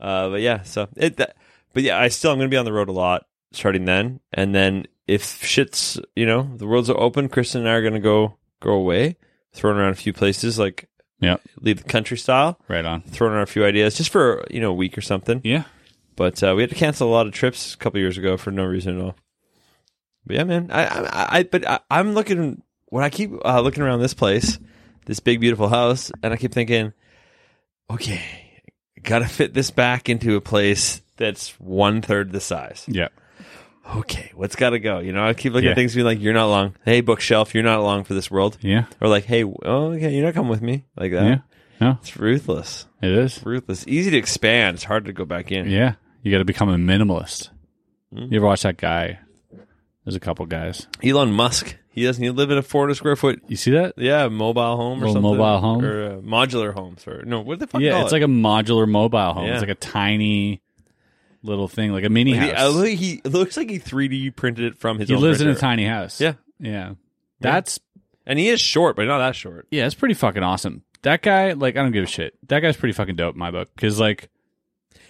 C: Uh, but yeah, so it, that, but yeah, I still I'm going to be on the road a lot starting then, and then if shit's you know the world's open, Kristen and I are going to go go away, throwing around a few places like
B: Yeah.
C: leave the country style,
B: Right on.
C: throwing around a few ideas just for you know a week or something.
B: Yeah.
C: But uh, we had to cancel a lot of trips a couple years ago for no reason at all. But yeah, man. I, I, I- I but I, I'm looking when I keep uh, looking around this place, this big beautiful house, and I keep thinking, okay, gotta fit this back into a place that's one third the size.
B: Yeah.
C: Okay, what's gotta go? You know, I keep looking
B: Yeah.
C: at things, being like, you're not long. Hey, bookshelf, you're not long for this world.
B: Yeah.
C: Or like, hey, w- oh, okay, you're not coming with me like that.
B: Yeah. No.
C: It's ruthless,
B: It is.
C: ruthless. Easy to expand. It's hard to go back in. Hmm?
B: Yeah, you got to become a minimalist. You ever watch that guy? There's a couple guys.
C: Elon Musk. He doesn't. He live in a 400 square foot.
B: You see that?
C: Yeah, mobile home or
B: Little
C: something.
B: mobile home?
C: or uh, modular home. Sorry, no. What the fuck?
B: yeah,
C: call
B: it's
C: it?
B: like a modular mobile home.
C: Yeah.
B: It's like a tiny little thing, like a mini
C: He, I
B: house.
C: look- he it looks like he 3D printed it from his.
B: he
C: own
B: lives in a
C: printer.
B: tiny house.
C: Yeah.
B: yeah. That's
C: and he is short, but not that short.
B: yeah, it's pretty fucking awesome. That guy, like, I don't give a shit. That guy's pretty fucking dope in my book because, like,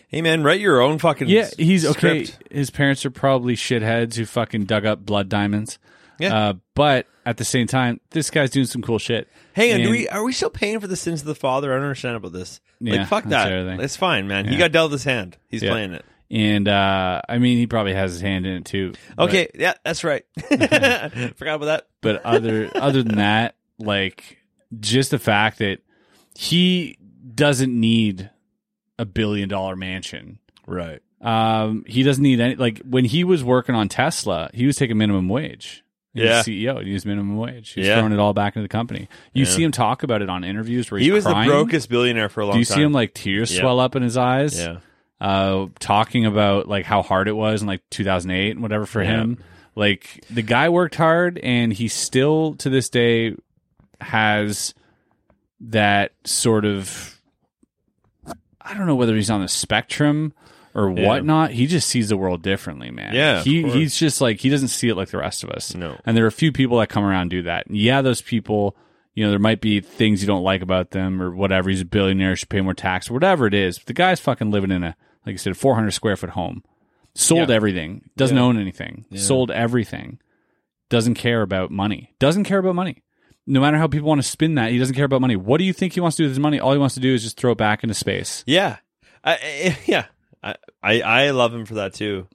C: Hey man, write your own fucking.
B: yeah, he's okay.
C: script.
B: His parents are probably shitheads who fucking dug up blood diamonds.
C: Yeah.
B: uh, but at the same time, this guy's doing some cool shit.
C: Hang on, do
B: And-
C: we are we still paying for the sins of the father? I don't understand about this.
B: Yeah,
C: like fuck
B: that's
C: that.
B: everything.
C: It's fine, man. He
B: Yeah.
C: got dealt his hand. He's
B: Yeah.
C: playing it.
B: And uh, I mean, he probably has his hand in it too. but-
C: Okay, yeah, that's right. Forgot about that.
B: but other other than that, like just the fact that he doesn't need a billion dollar mansion.
C: Right.
B: Um, he doesn't need any. Like when he was working on Tesla, he was taking minimum wage. He
C: Yeah.
B: was CEO. and He was minimum wage. He was
C: Yeah.
B: throwing it all back into the company. You
C: Yeah.
B: see him talk about it on interviews where he's
C: He was
B: crying.
C: the brokest billionaire for a long
B: Do you
C: time.
B: see him like tears
C: Yeah.
B: swell up in his eyes?
C: Yeah.
B: uh, talking about like how hard it was in like 2008 and whatever for
C: Yeah.
B: him. Like the guy worked hard and he still to this day has that sort of I don't know whether he's on the spectrum or
C: Yeah.
B: whatnot. He just sees the world differently, man.
C: Yeah, of
B: He
C: course.
B: he's just like he doesn't see it like the rest of us.
C: No.
B: And there are a few people that come around and do that. And yeah, those people, you know, there might be things you don't like about them or whatever. He's a billionaire, should pay more tax, whatever it is. But the guy's fucking living in a, like you said, 400 square foot home. Sold
C: Yeah.
B: everything, doesn't
C: Yeah.
B: own anything, sold everything, doesn't care about money, doesn't care about money. No matter how people want to spin that, he doesn't care about money. What do you think he wants to do with his money? All he wants to do is just throw it back into space.
C: Yeah, I, I, yeah, I, I I love him for that too,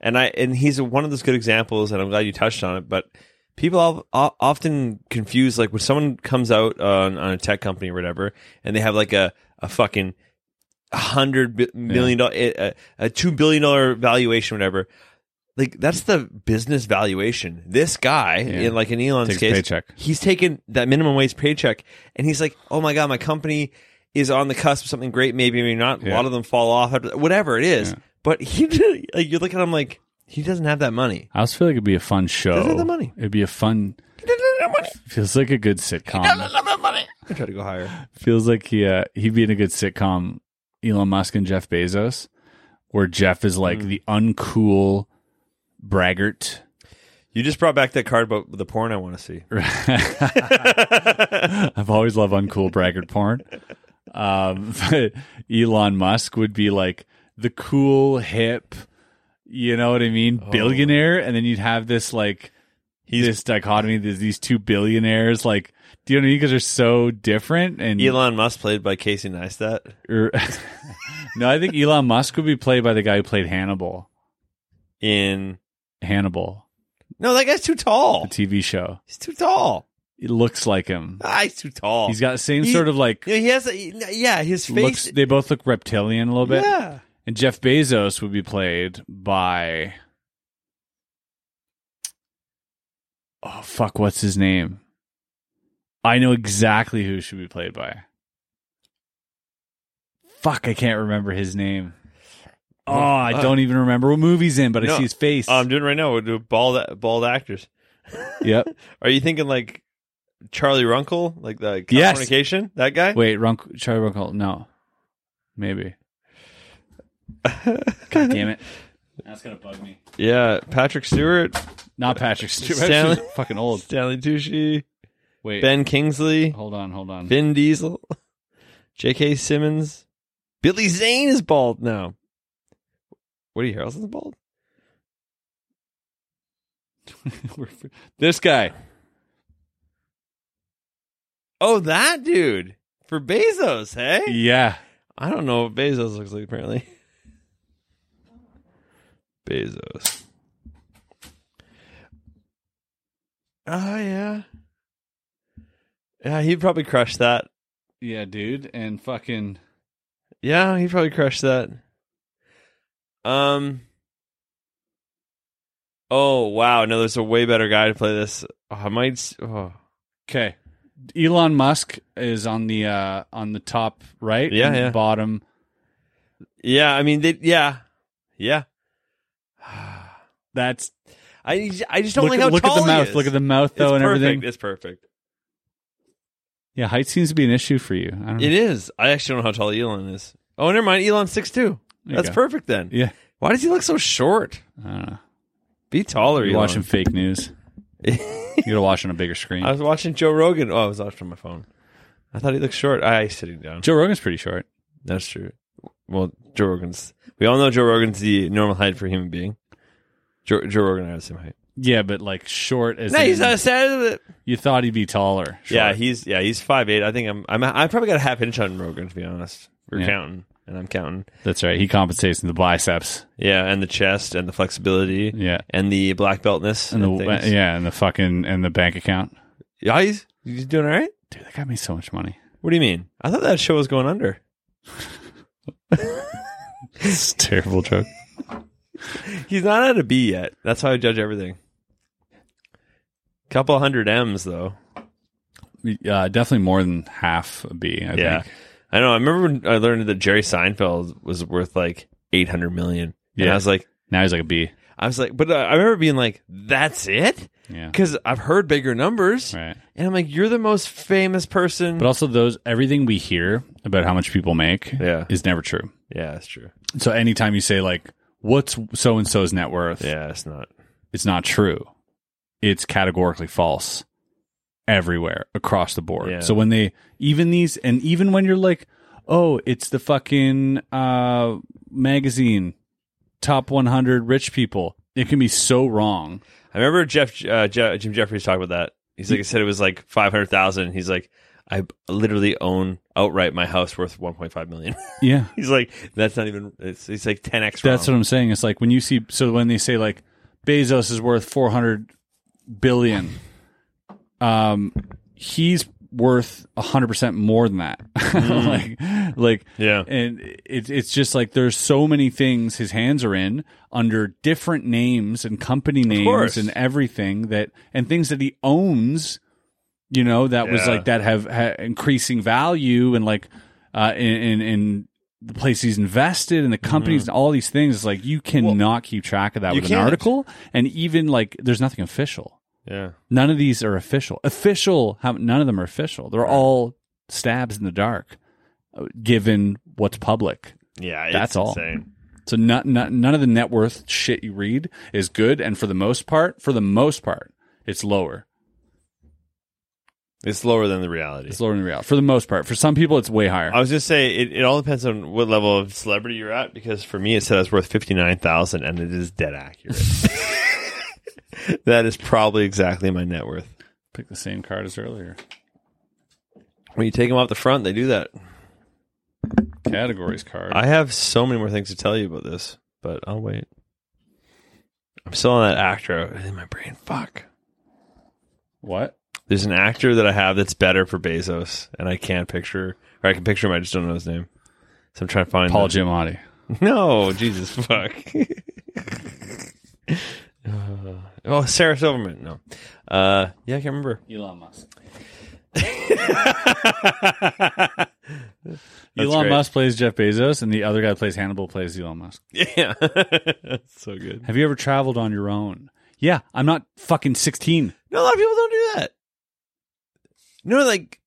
C: and I and he's one of those good examples, and I'm glad you touched on it. But people al- o- often confuse like when someone comes out on, on a tech company or whatever, and they have like a a fucking hundred bi- million dollar a, a two billion dollar valuation, whatever. Like that's the business valuation. This guy,
B: Yeah.
C: in like in Elon's
B: Takes a
C: case,
B: paycheck.
C: he's taken that minimum wage paycheck and he's like, oh my God, my company is on the cusp of something great, maybe, maybe not. A
B: Yeah.
C: lot of them fall off, after, whatever it is.
B: Yeah.
C: But he, did- like, you look at him like, he doesn't have that money.
B: I also feel like it'd be a fun show.
C: Doesn't have the money.
B: It'd be a fun.
C: He doesn't have that money.
B: Feels like a good sitcom.
C: I try to go higher.
B: feels like he uh, he'd be in a good sitcom, Elon Musk and Jeff Bezos, where Jeff is
C: Mm.
B: like the uncool braggart.
C: You just brought back that card about the porn I want to see.
B: I've always loved uncool braggart porn. Um, but Elon Musk would be like the cool hip, you know what I mean, billionaire, and then you'd have this like
C: Oh. He's-
B: this dichotomy. There's these two billionaires, like do you know what I mean? Because they're so different, and
C: Elon Musk played by Casey Neistat.
B: or- no, I think Elon Musk would be played by the guy who played Hannibal.
C: In
B: Hannibal,
C: no, that guy's too tall.
B: the TV show.
C: He's too tall.
B: It looks like him.
C: Ah, he's too tall.
B: He's got the same
C: He-
B: sort of like
C: Yeah, he has. A, yeah, his face.
B: looks. They both look reptilian a little bit.
C: yeah.
B: And Jeff Bezos would be played by. Oh fuck! What's his name? I know exactly who should be played by. Fuck! I can't remember his name. Oh, I don't even remember what movie's in, but I
C: uh, No,
B: see his face.
C: Oh, I'm doing it right now. We'll do bald bald actors.
B: yep.
C: Are you thinking like Charlie Runkle, like the
B: Yes.
C: communication that guy?
B: Wait, Runk Charlie Runkle. No, maybe. God damn it! That's gonna bug me.
C: Yeah, Patrick Stewart,
B: Not Patrick Stewart.
C: Stanley-
B: Stanley. Fucking old.
C: Stanley Tucci,
B: Wait,
C: Ben Kingsley,
B: hold on, hold on.
C: Vin Diesel, J.K. Simmons, Billy Zane is bald now. Woody Harrelson's bald.
B: We're- this guy.
C: Oh, that dude for Bezos, hey?
B: Yeah.
C: I don't know what Bezos looks like apparently. Bezos. Oh yeah. Yeah, he'd probably crush that.
B: Yeah, dude, and fucking
C: Yeah, he probably crushed that. Um. Oh wow! No, there's a way better guy to play this. Oh, I might. s- Oh.
B: okay. Elon Musk is on the uh on the top right.
C: Yeah,
B: and
C: yeah.
B: Bottom.
C: Yeah, I mean, they, yeah, yeah.
B: That's
C: I I just don't
B: look
C: like
B: at,
C: how
B: look
C: tall
B: at the
C: he
B: mouth.
C: is.
B: Look at the mouth though,
C: it's
B: and
C: perfect.
B: everything.
C: It's perfect.
B: Yeah, height seems to be an issue for you. I don't know.
C: It is. I actually don't know how tall Elon is. Oh, never mind. Elon's six two.
B: you
C: That's
B: go.
C: perfect then.
B: Yeah,
C: Why does he look so short?
B: I don't know.
C: Be taller.
B: You're
C: Elon.
B: watching fake news. you gotta watch on a bigger screen.
C: I was watching Joe Rogan. Oh, I was watching my phone. I thought he looked short. I sitting down.
B: Joe Rogan's pretty short.
C: That's true. Well, Joe Rogan's. We all know Joe Rogan's the normal height for a human being. Joe, Joe Rogan and I are the same height.
B: Yeah, but like short as
C: No,
B: in-
C: he's not sad. of it.
B: you thought he'd be taller. Short.
C: Yeah, he's yeah he's five eight. I think I'm I'm I probably got a half inch on Rogan to be honest. We're
B: Yeah.
C: counting and I'm counting.
B: that's right. He compensates in the biceps.
C: Yeah, and the chest and the flexibility.
B: Yeah.
C: and the black beltness
B: And
C: and,
B: the
C: things.
B: yeah, and the fucking and the bank account.
C: yeah, he's he's doing all right.
B: Dude, that got me so much money.
C: What do you mean? I thought that show was going under.
B: It's a terrible joke.
C: He's not at a B yet. That's how I judge everything. Couple hundred M's though.
B: Uh, definitely more than half a B. I
C: Yeah.
B: think.
C: I know. I remember when I learned that Jerry Seinfeld was worth like 800 million. And
B: Yeah.
C: I was like,
B: Now he's like a B.
C: I was like, but uh, I I remember being like, that's it?
B: Yeah.
C: Because I've heard bigger numbers.
B: Right.
C: And I'm like, you're the most famous person.
B: But also those everything we hear about how much people make
C: Yeah.
B: is never true.
C: yeah, that's true.
B: So anytime you say like what's so and so's net worth,
C: Yeah, it's not.
B: it's not true. It's categorically false everywhere across the board.
C: Yeah.
B: So when they even these and even when you're like, "Oh, it's the fucking uh magazine top 100 rich people." It can be so wrong.
C: I remember Jeff, uh, Je- Jim Jeffries talking about that. He's like, I said it was like 500,000. He's like, I b- literally own outright my house worth 1.5 million.
B: Yeah.
C: he's like, that's not even, it's, it's like 10x
B: That's what
C: wrong.
B: I'm saying. It's like when you see so when they say like Bezos is worth 400 billion um he's worth 100% more than that. like like
C: Yeah.
B: and it, it's just like there's so many things his hands are in under different names and company names
C: course.
B: and everything that and things that he owns you know that was
C: Yeah.
B: like that have ha- increasing value and like uh in in, in the place he's invested and the companies and all these things it's like you cannot keep track of that
C: Mm-hmm. you
B: with an
C: can't.
B: article and even like there's nothing official
C: yeah.
B: none of these are official official how, none of them are official they're all stabs in the dark uh, given what's public
C: Yeah.
B: That's all.
C: Insane.
B: so not, not, none of the net worth shit you read is good, and for the most part, for the most part, it's lower.
C: It's lower than the reality.
B: It's lower than real. For the most part, for some people, it's way higher.
C: I was just say it, it all depends on what level of celebrity you're at because for me it said it's worth fifty nine thousand and it is dead accurate. that is probably exactly my net worth.
B: Pick the same card as earlier.
C: When you take them off the front, they do that.
B: Categories card.
C: I have so many more things to tell you about this, but I'll wait. I'm still on that actor in my brain. Fuck.
B: what?
C: There's an actor that I have that's better for Bezos, and I can't picture, or I can picture him. I just don't know his name. So I'm trying to find
B: Paul
C: the-
B: Giamatti.
C: No, Jesus fuck. oh, Sarah Silverman. No. Uh, yeah, I can't remember.
B: Elon Musk.
C: That's
B: Elon
C: great.
B: Musk plays Jeff Bezos, and the other guy plays Hannibal plays Elon Musk.
C: Yeah, that's so good.
B: Have you ever traveled on your own? Yeah, I'm not fucking 16.
C: No, a lot of people don't do that. No, like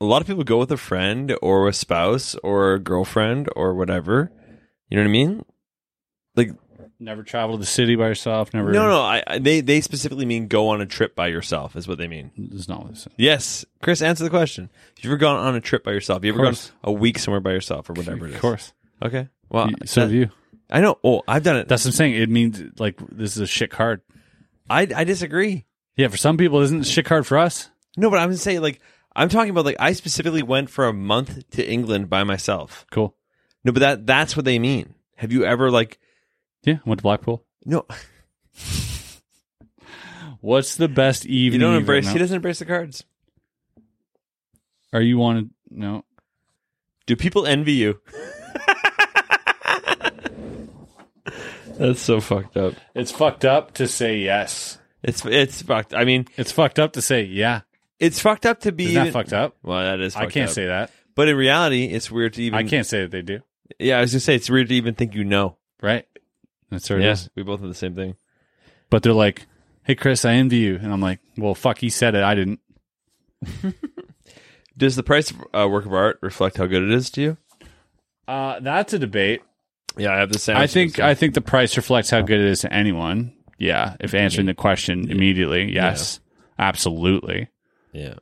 C: a lot of people go with a friend or a spouse or a girlfriend or whatever. You know what I mean? Like
B: Never traveled the city by yourself. Never.
C: no, no. I, I they they specifically mean go on a trip by yourself is what they mean.
B: It's not what it said.
C: Yes, Chris, answer the question. Have you ever gone on a trip by yourself? Have you ever gone
B: course.
C: a week somewhere by yourself or whatever it is?
B: Of course.
C: Okay. Well,
B: You- so
C: that-
B: have you.
C: I know. Oh, I've done it.
B: That's what I'm saying. It means like this is a shit card.
C: I I disagree.
B: Yeah, for some people, isn't it shit hard for us?
C: No, but I'm just saying like I'm talking about like I specifically went for a month to England by myself.
B: Cool.
C: No, but that that's what they mean. Have you ever like
B: Yeah, went to Blackpool.
C: no?
B: What's the best
C: You
B: evening?
C: don't
B: you've
C: embrace.
B: ever-
C: He doesn't embrace the cards.
B: Are you wanted? No.
C: Do people envy you? that's so fucked up.
B: It's fucked up to say yes.
C: It's it's fucked. I mean,
B: It's fucked up to say yeah.
C: it's fucked up to be.
B: It's not
C: even-
B: fucked up.
C: Well, that is.
B: I
C: fucked
B: can't
C: up.
B: say that.
C: But in reality, it's weird to even.
B: I can't say that they do.
C: Yeah, I was gonna say it's weird to even think you know.
B: Right. That's where it is.
C: we both have the same thing.
B: But they're like, "Hey Chris, I envy you," and I'm like, "Well, fuck, he said it. I didn't."
C: Does the price of a work of art reflect how good it is to you?
B: Uh, that's a debate.
C: Yeah, I have the same.
B: I think I think the price reflects how good it is to anyone. Yeah, if answering the question immediately, yes, absolutely.
C: yeah.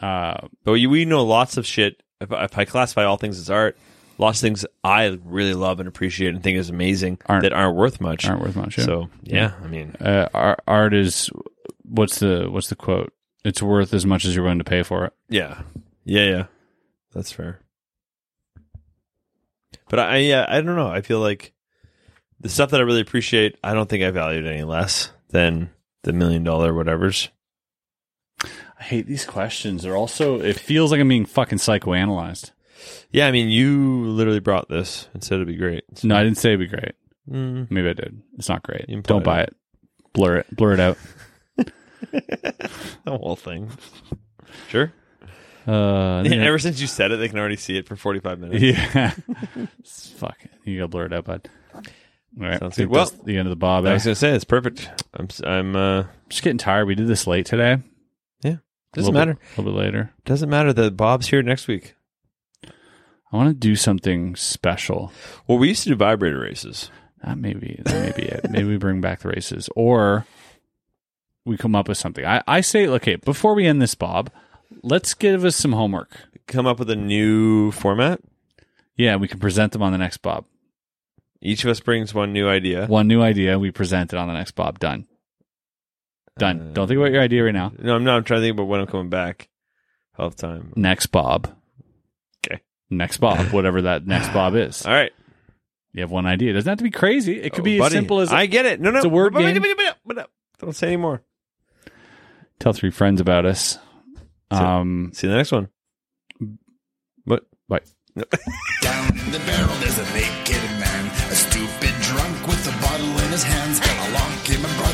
B: Uh,
C: But we, we know lots of shit. If, I- if I classify all things as art, lots of things I really love and appreciate and think is amazing
B: Aren't-
C: that aren't worth much.
B: aren't worth much. yeah.
C: So yeah, I mean,
B: uh, ar- art is what's the what's the quote? It's worth as much as you're willing to pay for it.
C: yeah, yeah, yeah, that's fair. But I, yeah, I don't know. I feel like the stuff that I really appreciate, I don't think I valued any less than the million dollar whatever's.
B: I hate these questions. They're also it feels like I'm being fucking psychoanalyzed.
C: Yeah, I mean, you literally brought this and said it'd be great. So,
B: No, I didn't say it'd be great.
C: mm,
B: Maybe I did. It's not great.
C: You implied
B: Don't buy it. Blur it. Blur it out.
C: the whole thing. Sure.
B: Uh, I think
C: Ever since you said it, they can already see it for forty five minutes.
B: Yeah. Fuck. You gotta blur it out, bud. All right.
C: Sounds
B: I think
C: good. Well-
B: that's the end of the bob.
C: I
B: I'm
C: was gonna say it's perfect. I'm. s- I'm. Uh,
B: just getting tired. We did this late today. A
C: doesn't
B: little
C: matter.
B: bit- A little bit later.
C: Doesn't matter that Bob's here next week.
B: I want to do something special.
C: Well, we used to do vibrator races.
B: That may be, that may be it. Maybe we bring back the races or we come up with something. I, I say, okay, before we end this, Bob, let's give us some homework.
C: Come up with a new format.
B: Yeah, we can present them on the next Bob.
C: Each of us brings one new idea.
B: One new idea, we present it on the next Bob. Done.
C: Uh,
B: Done. Don't think about your idea right now.
C: No, I'm not. I'm trying to think about when I'm coming back. Half time.
B: Next Bob.
C: Okay.
B: Next Bob, whatever that next Bob is.
C: All right.
B: You have one idea. It doesn't have to be crazy. It could be
C: Oh,
B: as
C: buddy,
B: simple as
C: I get it. No, no.
B: It's a word game.
C: Don't say any more.
B: tell three friends about us.
C: it.
B: Um,
C: See you in the next one. But
B: bye.
A: Down in the barrel, there's a naked man, a stupid drunk with a bottle in his hands. Along came a